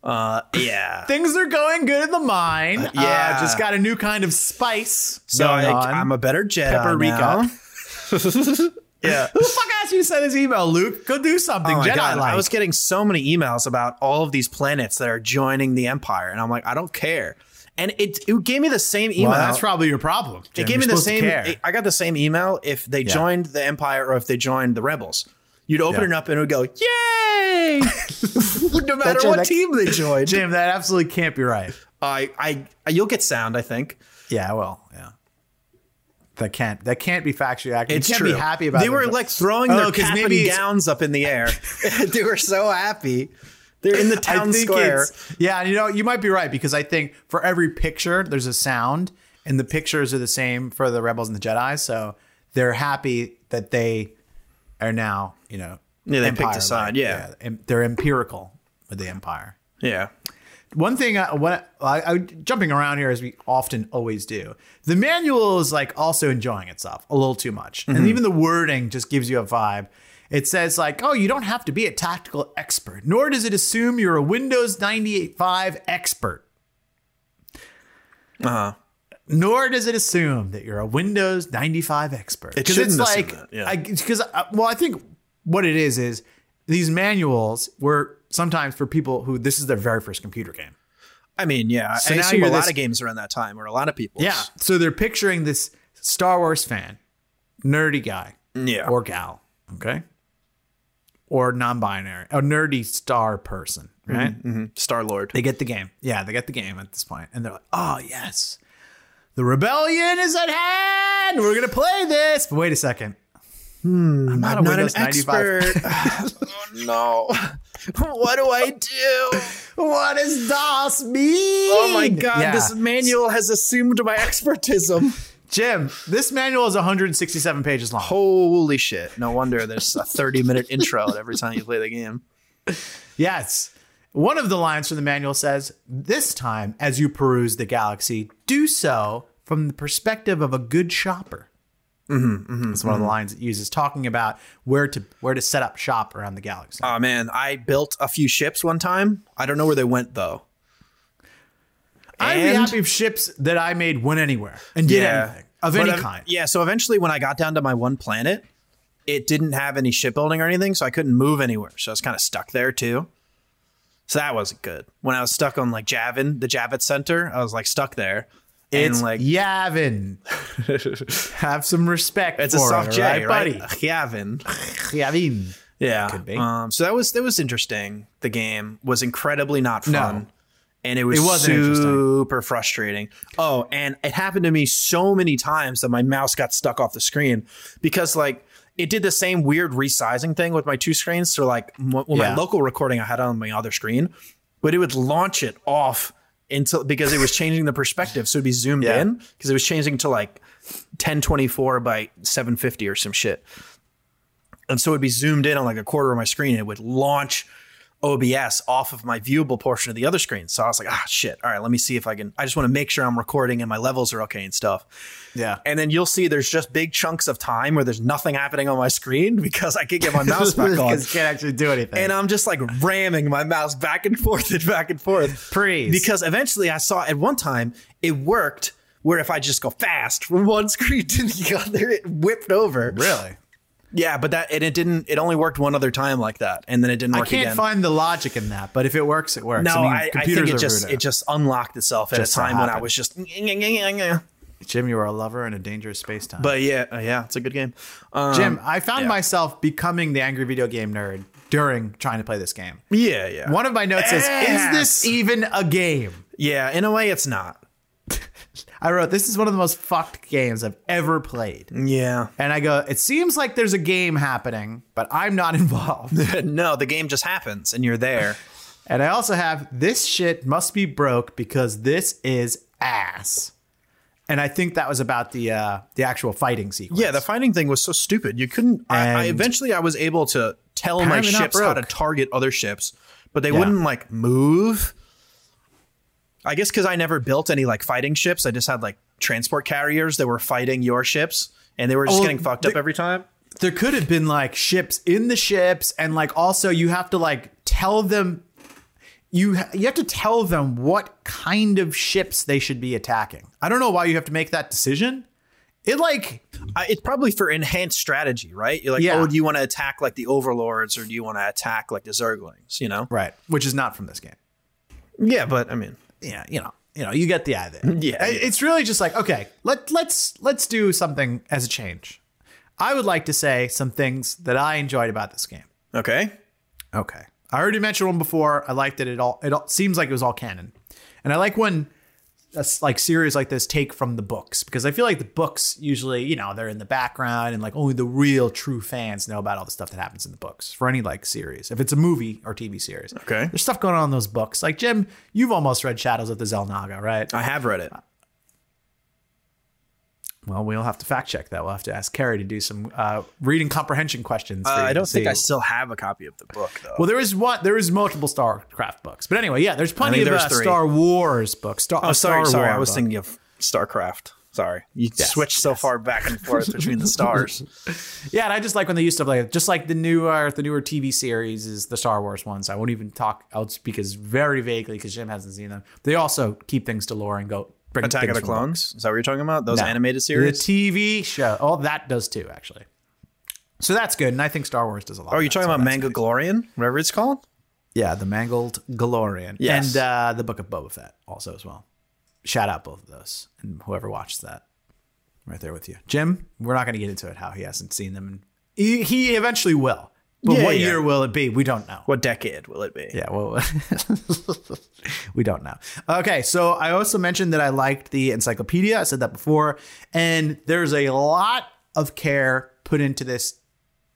Speaker 1: uh, yeah.
Speaker 2: Things are going good in the mine.
Speaker 1: yeah.
Speaker 2: Uh, just got a new kind of spice.
Speaker 1: So
Speaker 2: going
Speaker 1: I,
Speaker 2: on.
Speaker 1: I'm a better Jedi
Speaker 2: Paprika.
Speaker 1: now. yeah.
Speaker 2: Who the fuck asked you to send this email, Luke? Go do something.
Speaker 1: Oh my
Speaker 2: Jedi
Speaker 1: God.
Speaker 2: like.
Speaker 1: I was getting so many emails about all of these planets that are joining the Empire, and I'm like, I don't care. And it it gave me the same email.
Speaker 2: Well, that's probably your problem. Jim.
Speaker 1: it gave me
Speaker 2: You're
Speaker 1: the
Speaker 2: supposed to
Speaker 1: same.
Speaker 2: care.
Speaker 1: it- I got the same email if they joined the Empire or if they joined the Rebels. You'd open
Speaker 2: Yeah.
Speaker 1: it up and it would go, "Yay!" no matter
Speaker 2: your
Speaker 1: what
Speaker 2: next-
Speaker 1: team they joined.
Speaker 2: Jim, that absolutely can't be right.
Speaker 1: I, I, I, you'll get sound. I think
Speaker 2: Yeah, well, yeah. That can't that can't be factually accurate.
Speaker 1: it's
Speaker 2: you can't
Speaker 1: true.
Speaker 2: be happy about
Speaker 1: they
Speaker 2: it.
Speaker 1: were like throwing
Speaker 2: Oh,
Speaker 1: their
Speaker 2: 'cause
Speaker 1: cap
Speaker 2: maybe
Speaker 1: and
Speaker 2: it's-
Speaker 1: gowns up in the air. they were so happy. They're in the
Speaker 2: I
Speaker 1: town
Speaker 2: think
Speaker 1: square.
Speaker 2: it's- Yeah, you know, you might be right because I think for every picture there's a sound, and the pictures are the same for the rebels and the Jedi. So they're happy that they are now, you know,
Speaker 1: Yeah, they picked a
Speaker 2: Empire-like.
Speaker 1: side, yeah.
Speaker 2: em- they're empirical with the empire.
Speaker 1: Yeah.
Speaker 2: One thing, I, what I, I jumping around here as we often always do, the manual is like also enjoying itself a little too much,
Speaker 1: Mm-hmm.
Speaker 2: and even the wording just gives you a vibe. It says like, "Oh, you don't have to be a tactical expert, nor does it assume you're a Windows 98.5 expert." Nor does it assume that you're a Windows 95 expert.
Speaker 1: It
Speaker 2: 'Cause
Speaker 1: shouldn't
Speaker 2: it's
Speaker 1: assume
Speaker 2: like,
Speaker 1: that, yeah.
Speaker 2: Because, well, I think what it is is these manuals were sometimes for people who this is their very first computer game.
Speaker 1: I mean, yeah.
Speaker 2: So
Speaker 1: I
Speaker 2: now
Speaker 1: assume a
Speaker 2: you're
Speaker 1: lot
Speaker 2: this-
Speaker 1: of games around that time, or a lot of people.
Speaker 2: Yeah. So they're picturing this Star Wars fan, nerdy guy
Speaker 1: Yeah.
Speaker 2: or gal, okay? Or non binary, a nerdy star person,
Speaker 1: Mm-hmm,
Speaker 2: right?
Speaker 1: Star Lord.
Speaker 2: They get the game. Yeah, they get the game at this point, And they're like, oh, yes, the rebellion is at hand. We're going to play this. But wait a second.
Speaker 1: Hmm,
Speaker 2: I'm not, a Windows 95.
Speaker 1: oh no. what do I do?
Speaker 2: What does DOS mean?
Speaker 1: Oh my god,
Speaker 2: Yeah.
Speaker 1: this manual has assumed my expertism.
Speaker 2: Jim, this manual is 167 pages long.
Speaker 1: Holy shit. No wonder there's a 30 minute intro every time you play the game.
Speaker 2: Yes. One of the lines from the manual says, This time, as you peruse the galaxy, do so from the perspective of a good shopper.
Speaker 1: Mm-hmm,
Speaker 2: That's one of the lines it uses, talking about where to where to set up shop around the galaxy.
Speaker 1: Oh man, I built a few ships one time. I don't know where they went though.
Speaker 2: I'd be
Speaker 1: and-
Speaker 2: happy if ships that I made went anywhere and did anything of
Speaker 1: But
Speaker 2: any
Speaker 1: ev-
Speaker 2: kind.
Speaker 1: Yeah, so eventually when I got down to my one planet, it didn't have any shipbuilding or anything, so I couldn't move anywhere. So I was kind of stuck there too. So that wasn't good. When I was stuck on like Javin, the Javits Center, I was like stuck there. And
Speaker 2: It's
Speaker 1: like
Speaker 2: Yavin. Have some respect.
Speaker 1: it's a
Speaker 2: for
Speaker 1: soft
Speaker 2: it,
Speaker 1: J,
Speaker 2: right,
Speaker 1: right?
Speaker 2: buddy?
Speaker 1: Javin.
Speaker 2: Yavin.
Speaker 1: Yeah.
Speaker 2: Could be.
Speaker 1: Um, so that was that was interesting. The game was incredibly not fun. And it was
Speaker 2: It wasn't interesting.
Speaker 1: super frustrating. Oh, and it happened to me so many times that my mouse got stuck off the screen because like it did the same weird resizing thing with my two screens. So like m- well, my
Speaker 2: Yeah.
Speaker 1: local recording I had on my other screen, but it would launch it off until because it was changing the perspective, so it'd be zoomed
Speaker 2: Yeah.
Speaker 1: in because it was changing to like 1024 by 750 or some shit. And so it'd be zoomed in on like a quarter of my screen and it would launch OBS off of my viewable portion of the other screen. So I was like, ah, shit. All right, let me see if I can. I just want to make sure I'm recording and my levels are okay and stuff.
Speaker 2: Yeah.
Speaker 1: And then you'll see there's just big chunks of time where there's nothing happening on my screen because I can't get my mouse back on.
Speaker 2: Because can't actually do anything.
Speaker 1: And I'm just like ramming my mouse back and forth and back and forth.
Speaker 2: Please.
Speaker 1: Because eventually I saw at one time it worked where if I just go fast from one screen to the other, it whipped over.
Speaker 2: really?
Speaker 1: Yeah, but that and it didn't. It only worked one other time like that, and then it didn't
Speaker 2: I
Speaker 1: work
Speaker 2: can't
Speaker 1: again.
Speaker 2: find the logic in that, but if it works, it works.
Speaker 1: no,
Speaker 2: I mean,
Speaker 1: I, I
Speaker 2: computers
Speaker 1: think
Speaker 2: are
Speaker 1: it just
Speaker 2: voodoo.
Speaker 1: it just unlocked itself at a
Speaker 2: Just so
Speaker 1: time when I
Speaker 2: happened.
Speaker 1: was just.
Speaker 2: Jim, you are a lover in a dangerous space time.
Speaker 1: But yeah, uh, yeah, it's a good game. Um,
Speaker 2: Jim, I found
Speaker 1: yeah.
Speaker 2: myself becoming the angry video game nerd during trying to play this game.
Speaker 1: yeah, yeah,
Speaker 2: One of my notes says, "Is
Speaker 1: Ass.
Speaker 2: this even a game?"
Speaker 1: yeah. In a way, it's not.
Speaker 2: I wrote, "This is one of the most fucked games I've ever played."
Speaker 1: Yeah,
Speaker 2: And I go, "It seems like there's a game happening, but I'm not involved."
Speaker 1: no, the game just happens, and you're there.
Speaker 2: and I also have, "This shit must be broke because this is ass." And I think that was about the uh, the actual fighting sequence.
Speaker 1: Yeah, the fighting thing was so stupid. You couldn't. I, I
Speaker 2: And-
Speaker 1: eventually I was able to tell my
Speaker 2: Apparently not
Speaker 1: ships how to
Speaker 2: broke.
Speaker 1: target other ships, but they
Speaker 2: Yeah.
Speaker 1: wouldn't like move. I guess because I never built any like fighting ships. I just had like transport carriers that were fighting your ships, and they were just
Speaker 2: Oh,
Speaker 1: getting fucked up
Speaker 2: they-
Speaker 1: every time.
Speaker 2: there could have been like ships in the ships and like also you have to like tell them you ha- you have to tell them what kind of ships they should be attacking. I don't know why you have to make that decision. It like
Speaker 1: I, it's probably for enhanced strategy, right? You're like,
Speaker 2: Yeah.
Speaker 1: oh, do you want to attack like the overlords, or do you want to attack like the zerglings? You know?
Speaker 2: right, which is not from this game.
Speaker 1: Yeah, but I mean,
Speaker 2: Yeah, you know, you know, you get the idea.
Speaker 1: Yeah,
Speaker 2: I-
Speaker 1: yeah.
Speaker 2: it's really just like okay, let let's let's do something as a change. I would like to say some things that I enjoyed about this game.
Speaker 1: okay.
Speaker 2: Okay. I already mentioned one before. I liked that it all it all, seems like it was all canon. And I like when a s- like series like this take from the books because I feel like the books usually, you know, they're in the background and like only the real true fans know about all the stuff that happens in the books for any like series. If it's a movie or TV series.
Speaker 1: Okay.
Speaker 2: There's stuff going on in those books. Like Jim, you've almost read Shadows of the Zelnaga, right?
Speaker 1: I have read it.
Speaker 2: Well, we'll have to fact check that. We'll have to ask Carrie to do some uh, reading comprehension questions. for
Speaker 1: Uh,
Speaker 2: you
Speaker 1: I
Speaker 2: to
Speaker 1: don't think I
Speaker 2: see.
Speaker 1: still have a copy of the book though.
Speaker 2: Well, there is one. There is multiple StarCraft books, but anyway, yeah, there's plenty
Speaker 1: think
Speaker 2: of
Speaker 1: there's
Speaker 2: uh,
Speaker 1: three.
Speaker 2: Star Wars books. Star,
Speaker 1: oh,
Speaker 2: a
Speaker 1: sorry,
Speaker 2: Star
Speaker 1: sorry.
Speaker 2: War
Speaker 1: I was
Speaker 2: book.
Speaker 1: thinking of StarCraft. Sorry, you
Speaker 2: Yes,
Speaker 1: switched so far back and forth between the stars.
Speaker 2: Yeah, and I just like when they use stuff like that. just like the newer the newer TV series is the Star Wars ones. I won't even talk. I'll speak as very vaguely because Jim hasn't seen them. They also keep things to lore and go bring
Speaker 1: Attack
Speaker 2: things
Speaker 1: of the
Speaker 2: from
Speaker 1: Clones. Is that what you're talking about? Those
Speaker 2: No.
Speaker 1: animated
Speaker 2: The
Speaker 1: series.
Speaker 2: TV show. Oh, that does too, actually. So that's good, and I think Star Wars does a lot.
Speaker 1: Oh,
Speaker 2: of
Speaker 1: you're
Speaker 2: that,
Speaker 1: talking
Speaker 2: so
Speaker 1: about
Speaker 2: that's
Speaker 1: Mango Glorian, whatever it's called.
Speaker 2: Yeah, the Mangled Galorian.
Speaker 1: Yes.
Speaker 2: And uh, the Book of Boba Fett also as well. Shout out both of those and whoever watched that. Right there with you. Jim, we're not going to get into it how he hasn't seen them. And he, he eventually will. But
Speaker 1: Yeah,
Speaker 2: what
Speaker 1: yeah.
Speaker 2: year will it be? We don't know.
Speaker 1: What decade will it be?
Speaker 2: Yeah, well, we don't know. Okay, so I also mentioned that I liked the encyclopedia. I said that before. And there's a lot of care put into this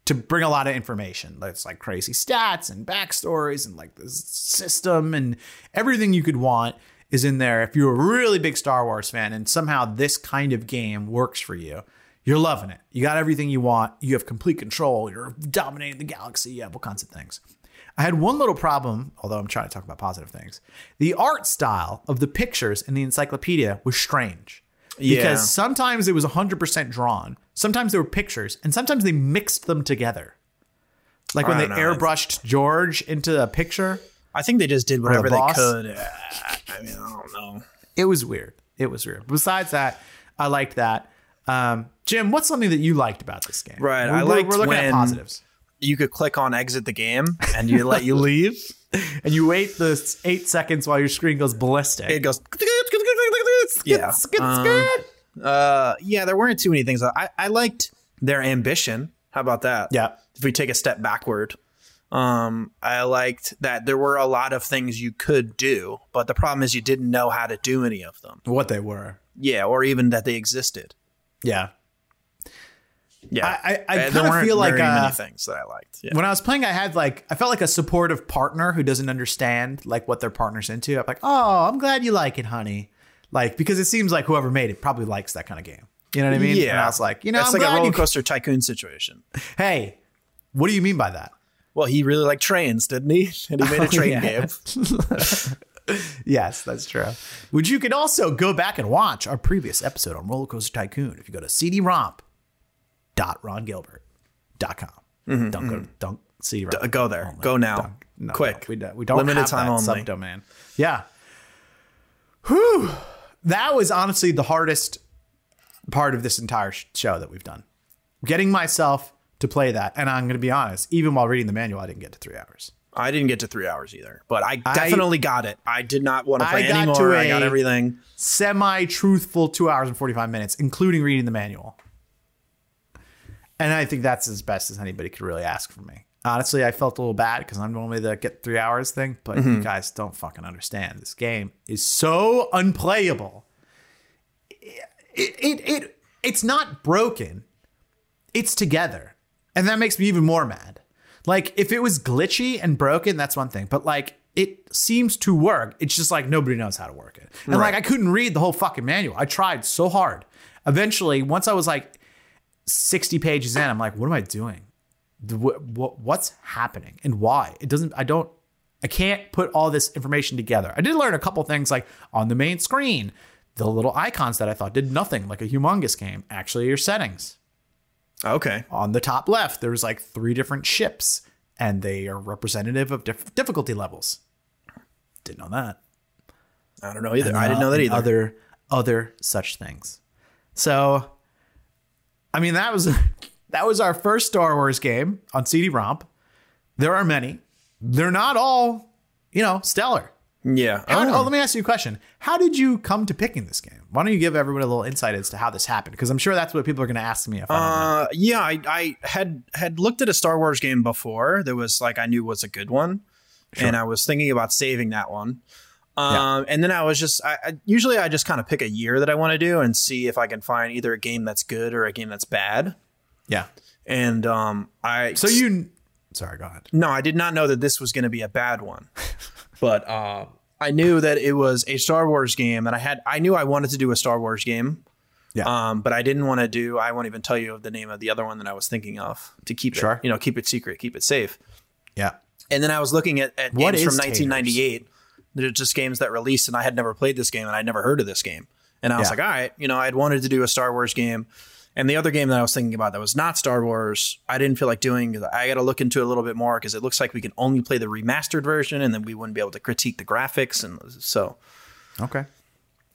Speaker 2: to bring a lot of information. That's like crazy stats and backstories and like this system and everything you could want is in there. If you're a really big Star Wars fan and somehow this kind of game works for you, you're loving it. You got everything you want. You have complete control. You're dominating the galaxy. You have all kinds of things. I had one little problem, although I'm trying to talk about positive things. The art style of the pictures in the encyclopedia was strange
Speaker 1: Yeah.
Speaker 2: because sometimes it was 100% drawn sometimes they were pictures and sometimes they mixed them together like when
Speaker 1: I
Speaker 2: they
Speaker 1: don't know.
Speaker 2: airbrushed george into a picture
Speaker 1: I think they just did whatever they
Speaker 2: boss?
Speaker 1: could. Uh, I mean, I don't know.
Speaker 2: it was weird it was weird besides that i liked that um, jim what's something that you liked about this game
Speaker 1: Right,
Speaker 2: we're,
Speaker 1: I
Speaker 2: we're-
Speaker 1: liked
Speaker 2: we're looking at
Speaker 1: when-
Speaker 2: positives
Speaker 1: You could click on exit the game, and you let you leave.
Speaker 2: and you wait the s- eight seconds while your screen goes ballistic
Speaker 1: It goes. Yeah. Um, uh, yeah. There weren't too many things. I I liked their ambition. How about that?
Speaker 2: yeah
Speaker 1: if we take a step backward um i liked that there were a lot of things you could do but the problem is you didn't know how to do any of them
Speaker 2: what they were
Speaker 1: yeah or even that they existed
Speaker 2: yeah
Speaker 1: yeah
Speaker 2: I- I- I
Speaker 1: Uh, there
Speaker 2: kinda
Speaker 1: weren't
Speaker 2: feel like,
Speaker 1: very many
Speaker 2: uh,
Speaker 1: things that i liked yeah
Speaker 2: when I was playing, I had like I felt like a supportive partner who doesn't understand like what their partner's into. I'm like, oh, I'm glad you like it, honey. Like because it seems like whoever made it probably likes that kind of game. You know what I mean?
Speaker 1: yeah
Speaker 2: And I was like, you know,
Speaker 1: it's
Speaker 2: I'm
Speaker 1: like
Speaker 2: glad
Speaker 1: a roller
Speaker 2: you-
Speaker 1: coaster tycoon situation
Speaker 2: Hey, what do you mean by that?
Speaker 1: well he really liked trains didn't he and he made a train
Speaker 2: Oh,
Speaker 1: game
Speaker 2: yeah. Yes, that's true. Which you can also go back and watch our previous episode on Roller Coaster Tycoon if you go to cdromp.rongilbert.com. Don't go to don't cdromp.
Speaker 1: Uh, Mm-hmm, go there go now
Speaker 2: No,
Speaker 1: quick
Speaker 2: no, we don't. We don't
Speaker 1: Limited
Speaker 2: have
Speaker 1: time
Speaker 2: that
Speaker 1: only.
Speaker 2: subdomain. Yeah. Whew. That was honestly the hardest part of this entire sh- show that we've done. Getting myself to play that, and I'm going to be honest, even while reading the manual, I didn't get to three hours.
Speaker 1: i didn't get to three hours either but i definitely got it i did not want to
Speaker 2: I
Speaker 1: play
Speaker 2: got
Speaker 1: anymore
Speaker 2: to
Speaker 1: I got
Speaker 2: a-
Speaker 1: everything
Speaker 2: Semi truthful two hours and 45 minutes, including reading the manual. And I think that's as best as anybody could really ask from me. Honestly, I felt a little bad because I'm normally the get three hours thing, but you guys don't fucking understand. This game is so unplayable. It, it, it, it's not broken, it's together. And that makes me even more mad. Like, if it was glitchy and broken, that's one thing, but like, it seems to work. It's just like nobody knows how to work it. And like, I couldn't read the whole fucking manual. I tried so hard. Eventually, once I was like 60 pages in, I'm like, what am I doing? the, wh- wh- what's happening and why. It doesn't. I don't. I can't put all this information together. I did learn a couple things like on the main screen, the little icons that I thought did nothing, like a humongous game. Actually, your settings
Speaker 1: Okay.
Speaker 2: on the top left. There's like three different ships, and they are representative of diff- difficulty levels. Didn't know that.
Speaker 1: I don't know either. I didn't know that
Speaker 2: and
Speaker 1: either.
Speaker 2: Other other such things. So, I mean, that was that was our first Star Wars game on CD Romp. There are many. They're not all, you know, stellar.
Speaker 1: Yeah.
Speaker 2: How-
Speaker 1: Oh.
Speaker 2: Oh, let me ask you a question. How did you come to picking this game? Why don't you give everyone a little insight as to how this happened? Because I'm sure that's what people are going to ask me. If I'm on
Speaker 1: Uh, yeah, I, I had had looked at a Star Wars game before. There was like I knew was a good one, and I was thinking about saving that one. Um, and then I was just I, I usually I just kind of pick a year that I want to do and see if I can find either a game that's good or a game that's bad.
Speaker 2: that. yeah.
Speaker 1: And um, I
Speaker 2: So you, sorry, go ahead.
Speaker 1: no, I did not know that this was going to be a bad one, but uh, I knew that it was a Star Wars game, and I had I knew I wanted to do a Star Wars game.
Speaker 2: Yeah.
Speaker 1: Um, but I didn't want to do. I won't even tell you the name of the other one that I was thinking of to keep
Speaker 2: Sure.
Speaker 1: it, you know, keep it secret, keep it safe.
Speaker 2: Yeah.
Speaker 1: And then I was looking at, at
Speaker 2: What
Speaker 1: games
Speaker 2: is
Speaker 1: from 1998. They're just games that released, and I had never played this game, and I'd never heard of this game. And I was
Speaker 2: Yeah.
Speaker 1: like, all right, you know, I'd wanted to do a Star Wars game, and the other game that I was thinking about that was not Star Wars, I didn't feel like doing. I got to look into it a little bit more because it looks like we can only play the remastered version, and then we wouldn't be able to critique the graphics, and so.
Speaker 2: Okay.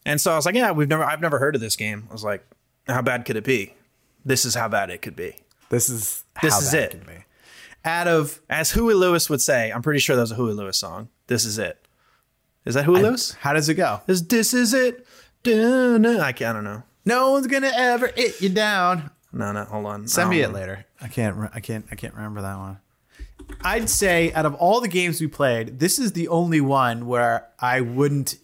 Speaker 1: And so I was like, yeah, we've never, I've never heard of this game. I was like, how bad could it be? This is how bad it could be.
Speaker 2: This is
Speaker 1: This
Speaker 2: how
Speaker 1: is
Speaker 2: bad
Speaker 1: it.
Speaker 2: can be. Out of
Speaker 1: As Huey Lewis would say, I'm pretty sure that was a Huey Lewis song. This is it. Is that Huey Lewis?
Speaker 2: how does it go?
Speaker 1: This, this is it. Dun-dun. I, can't, I don't know.
Speaker 2: No one's gonna ever hit you down.
Speaker 1: No, no, hold on.
Speaker 2: Send me
Speaker 1: Um,
Speaker 2: it later. I can't. re- I can't. I can't remember that one. I'd say out of all the games we played, this is the only one where I wouldn't.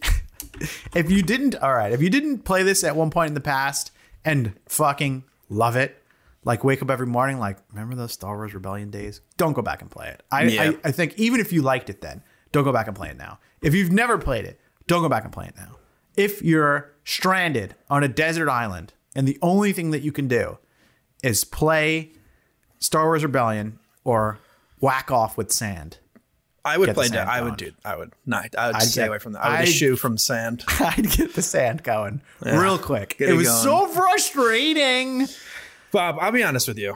Speaker 2: if you didn't, all right. If you didn't play this at one point in the past and fucking love it, like wake up every morning, like remember those Star Wars Rebellion days? Don't go back and play it. I,
Speaker 1: Yeah.
Speaker 2: I, I think even if you liked it then, don't go back and play it now. If you've never played it, don't go back and play it now. If you're stranded on a desert island and the only thing that you can do is play Star Wars Rebellion or whack off with sand.
Speaker 1: I would
Speaker 2: Get the
Speaker 1: play.
Speaker 2: sand
Speaker 1: I would do.
Speaker 2: going.
Speaker 1: I would not. I would stay
Speaker 2: get-
Speaker 1: away from that. I would
Speaker 2: I'd-
Speaker 1: eschew from sand.
Speaker 2: I'd get the sand going real quick.
Speaker 1: Get
Speaker 2: it
Speaker 1: it
Speaker 2: was
Speaker 1: going.
Speaker 2: so frustrating.
Speaker 1: Bob, I'll be honest with you.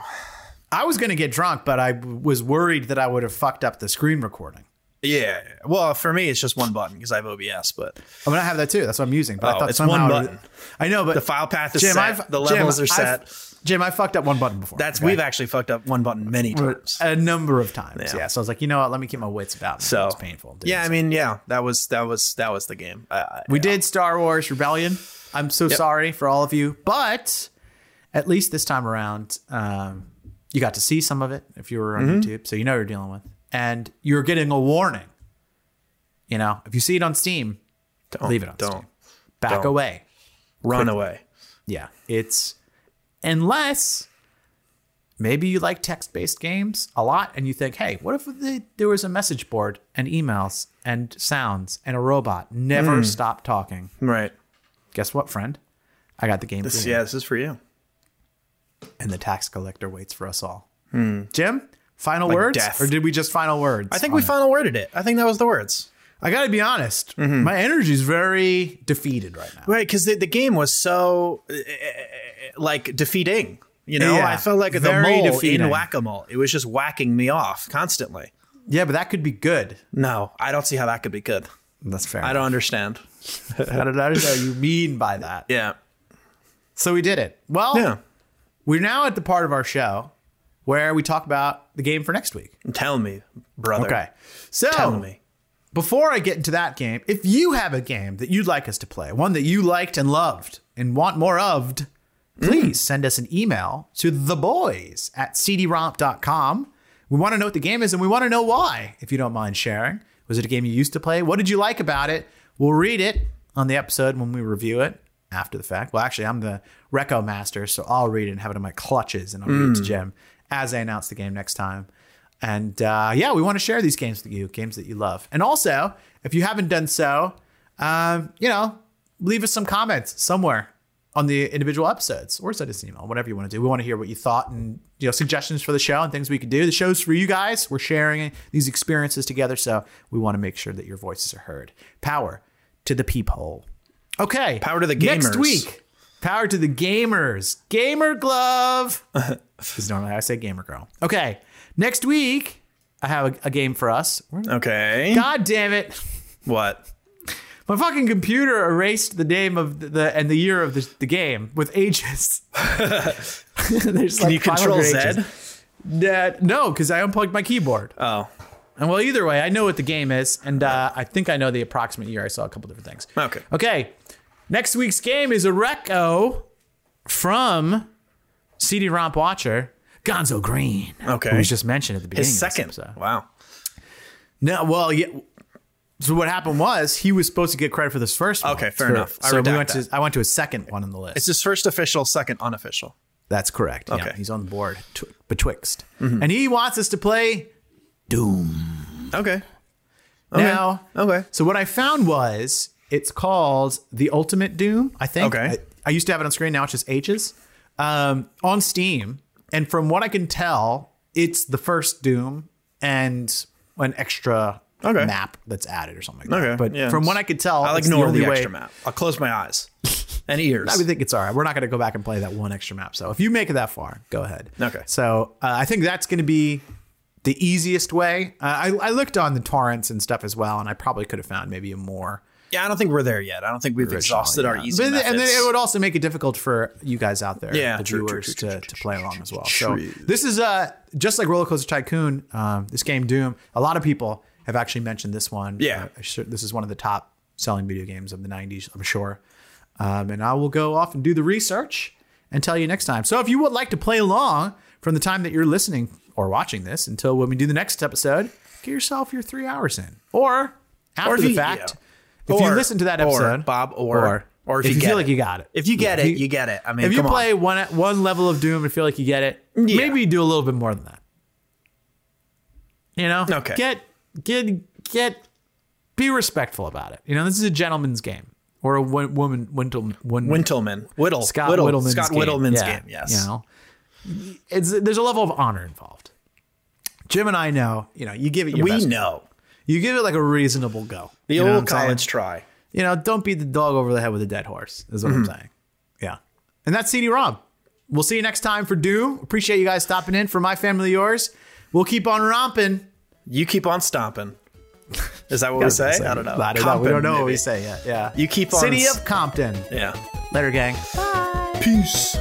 Speaker 2: I was going to get drunk, but I w- was worried that I would have fucked up the screen recording.
Speaker 1: Yeah. Well, for me, it's just one button because I have OBS, but
Speaker 2: I mean, I have that too. That's what I'm using. But I
Speaker 1: Oh,
Speaker 2: thought
Speaker 1: it's one
Speaker 2: somehow
Speaker 1: button.
Speaker 2: I know, but
Speaker 1: the file path is
Speaker 2: Jim,
Speaker 1: set.
Speaker 2: I've,
Speaker 1: the levels
Speaker 2: Jim,
Speaker 1: are set.
Speaker 2: I've- Jim, I fucked up one button before.
Speaker 1: That's
Speaker 2: okay?
Speaker 1: we've actually fucked up one button many times.
Speaker 2: a number of times. Yeah.
Speaker 1: Yeah.
Speaker 2: So I was like, you know what? Let me keep my wits about. Me.
Speaker 1: So
Speaker 2: it's painful. dude.
Speaker 1: Yeah, I mean, yeah, that was that was that was the game. Uh,
Speaker 2: We did Star Wars Rebellion. I'm so sorry for all of you, but at least this time around, um, you got to see some of it if you were on
Speaker 1: Mm-hmm.
Speaker 2: YouTube, so you know what you're dealing with, and you're getting a warning. You know, if you see it on Steam, leave it on
Speaker 1: don't.
Speaker 2: Steam. Back
Speaker 1: Don't.
Speaker 2: away.
Speaker 1: run away.
Speaker 2: Yeah, it's unless maybe you like text-based games a lot, and you think, hey, what if the, there was a message board and emails and sounds and a robot never
Speaker 1: Hmm.
Speaker 2: stop talking?
Speaker 1: Right.
Speaker 2: guess what, friend? I got the game for you.
Speaker 1: Yeah, this is for you.
Speaker 2: and the tax collector waits for us all. Hmm. Jim, final words,
Speaker 1: death.
Speaker 2: or did we just final words?
Speaker 1: I think we final worded it. I think that was the words.
Speaker 2: I gotta be honest. My energy's very defeated right now.
Speaker 1: Right, because the, the game was so uh, like defeating. You know,
Speaker 2: Yeah,
Speaker 1: I felt like the
Speaker 2: very
Speaker 1: mole
Speaker 2: defeating.
Speaker 1: in whack a mole. It was just whacking me off constantly.
Speaker 2: Yeah, but that could be good.
Speaker 1: No, I don't see how that could be good.
Speaker 2: That's fair.
Speaker 1: I don't understand.
Speaker 2: I don't, I don't know what you mean by that.
Speaker 1: Yeah,
Speaker 2: So we did it. Well,
Speaker 1: yeah.
Speaker 2: we're now at the part of our show where we talk about the game for next week.
Speaker 1: Tell me, brother.
Speaker 2: Okay. So
Speaker 1: Tell me.
Speaker 2: before I get into that game, if you have a game that you'd like us to play, one that you liked and loved and want more of, please send us an email to the boys at cdromp.com. We want to know what the game is and we want to know why, if you don't mind sharing. Was it a game you used to play? What did you like about it? We'll read it on the episode when we review it after the fact. Well, actually, I'm the Reco Master, so I'll read it and have it in my clutches and I'll read it to Jim as I announce the game next time. And uh, yeah, we want to share these games with you, games that you love. And also, if you haven't done so, um, you know, leave us some comments somewhere on the individual episodes or send us an email, whatever you want to do. We want to hear what you thought and you know suggestions for the show and things we could do. The show's for you guys. We're sharing these experiences together, so we want to make sure that your voices are heard. Power to the peephole. Okay.
Speaker 1: Power to the
Speaker 2: Next
Speaker 1: gamers.
Speaker 2: week, power to the gamers. Gamer glove. Because normally I say gamer girl. Okay. Next week, I have a, a game for us. We're-
Speaker 1: Oh. Okay.
Speaker 2: God damn it.
Speaker 1: What?
Speaker 2: My fucking computer erased the name of the, the and the year of the, the game with ages. There's
Speaker 1: Can you control Z?
Speaker 2: no, because I unplugged my keyboard.
Speaker 1: Oh,
Speaker 2: And well, either way, I know what the game is, and uh, I think I know the approximate year. I saw a couple different things.
Speaker 1: Okay.
Speaker 2: Okay. Next week's game is a reco from CD Romp Watcher, Gonzo Green.
Speaker 1: Okay.
Speaker 2: Who was just mentioned at the beginning.
Speaker 1: his
Speaker 2: of this
Speaker 1: second.
Speaker 2: episode.
Speaker 1: Wow.
Speaker 2: No, well, yeah. So what happened was he was supposed to get credit for this first one.
Speaker 1: Okay, fair
Speaker 2: So-
Speaker 1: enough. I
Speaker 2: So we
Speaker 1: redact
Speaker 2: went to
Speaker 1: that.
Speaker 2: I went to a second one on the list.
Speaker 1: It's his first official, second unofficial.
Speaker 2: That's correct. Yeah,
Speaker 1: Okay. Mm-hmm.
Speaker 2: he's on the board tw- betwixt, and he wants us to play Doom
Speaker 1: Okay.
Speaker 2: now.
Speaker 1: Okay. Oh,
Speaker 2: So what I found was it's called the Ultimate Doom. I think.
Speaker 1: Okay.
Speaker 2: I, I used to have it on screen. Now it's just H's um, on Steam, and from what I can tell, it's the first Doom and an extra
Speaker 1: Okay.
Speaker 2: map that's added or something like that.
Speaker 1: Okay,
Speaker 2: But
Speaker 1: yeah.
Speaker 2: from what I could tell,
Speaker 1: I'll
Speaker 2: it's the
Speaker 1: ignore
Speaker 2: only
Speaker 1: the,
Speaker 2: way.
Speaker 1: extra map. I'll close my eyes and ears.
Speaker 2: I would think it's all right. We're not going to go back and play that one extra map. So if you make it that far, go ahead.
Speaker 1: Okay.
Speaker 2: So uh, I think that's going to be the easiest way. Uh, I, I looked on the torrents and stuff as well, and I probably could have found maybe a more.
Speaker 1: yeah, I don't think we're there yet. I don't think we've exhausted our easy
Speaker 2: But then- and then
Speaker 1: methods.
Speaker 2: it would also make it difficult for you guys out there,
Speaker 1: Yeah,
Speaker 2: the
Speaker 1: true, true,
Speaker 2: viewers,
Speaker 1: true, true,
Speaker 2: to, to play along as well. So
Speaker 1: true.
Speaker 2: this is uh, just like Roller Coaster Tycoon, um, this game Doom. A lot of people have actually mentioned this one.
Speaker 1: Yeah.
Speaker 2: Uh, I'm sure this is one of the top selling video games of the 90s, I'm sure. Um, and I will go off and do the research and tell you next time. So if you would like to play along from the time that you're listening or watching this until when we do the next episode, get yourself your three hours in. Or after
Speaker 1: if
Speaker 2: the
Speaker 1: you-
Speaker 2: fact,
Speaker 1: yeah.
Speaker 2: if you
Speaker 1: Or-
Speaker 2: listen to that
Speaker 1: or,
Speaker 2: episode,
Speaker 1: Bob, or-
Speaker 2: or if, you,
Speaker 1: get
Speaker 2: feel
Speaker 1: it.
Speaker 2: like you got it,
Speaker 1: if you get
Speaker 2: Yeah,
Speaker 1: it, you get it. I mean,
Speaker 2: if you
Speaker 1: come on.
Speaker 2: play one one level of Doom and feel like you get it, maybe do a little bit more than that. You know,
Speaker 1: Okay.
Speaker 2: Get get get. Be respectful about it. You know, this is a gentleman's game or a wo- woman woman woman
Speaker 1: Wintelman, Whittle,
Speaker 2: Scott
Speaker 1: Whittle,
Speaker 2: Whittleman's
Speaker 1: Scott
Speaker 2: game.
Speaker 1: Whittleman's
Speaker 2: Yeah.
Speaker 1: game. Yes.
Speaker 2: You know, it's there's a level of honor involved. Jim and I know. You know, you give it your
Speaker 1: we
Speaker 2: best.
Speaker 1: know
Speaker 2: You give it like a reasonable go.
Speaker 1: the
Speaker 2: You
Speaker 1: old
Speaker 2: know what I'm saying?
Speaker 1: college try.
Speaker 2: you know, don't beat the dog over the head with a dead horse, is what I'm
Speaker 1: Mm-hmm.
Speaker 2: saying. Yeah. And that's CD ROM. We'll see you next time for Doom. Appreciate you guys stopping in. For my family, yours. We'll keep on romping.
Speaker 1: You keep on stomping. Is that what we say? I don't know.
Speaker 2: I don't know. We don't
Speaker 1: Comping,
Speaker 2: know what we
Speaker 1: maybe.
Speaker 2: say yet. Yeah.
Speaker 1: You keep on
Speaker 2: City
Speaker 1: s-
Speaker 2: of Compton.
Speaker 1: Yeah.
Speaker 2: Later, gang.
Speaker 1: Peace.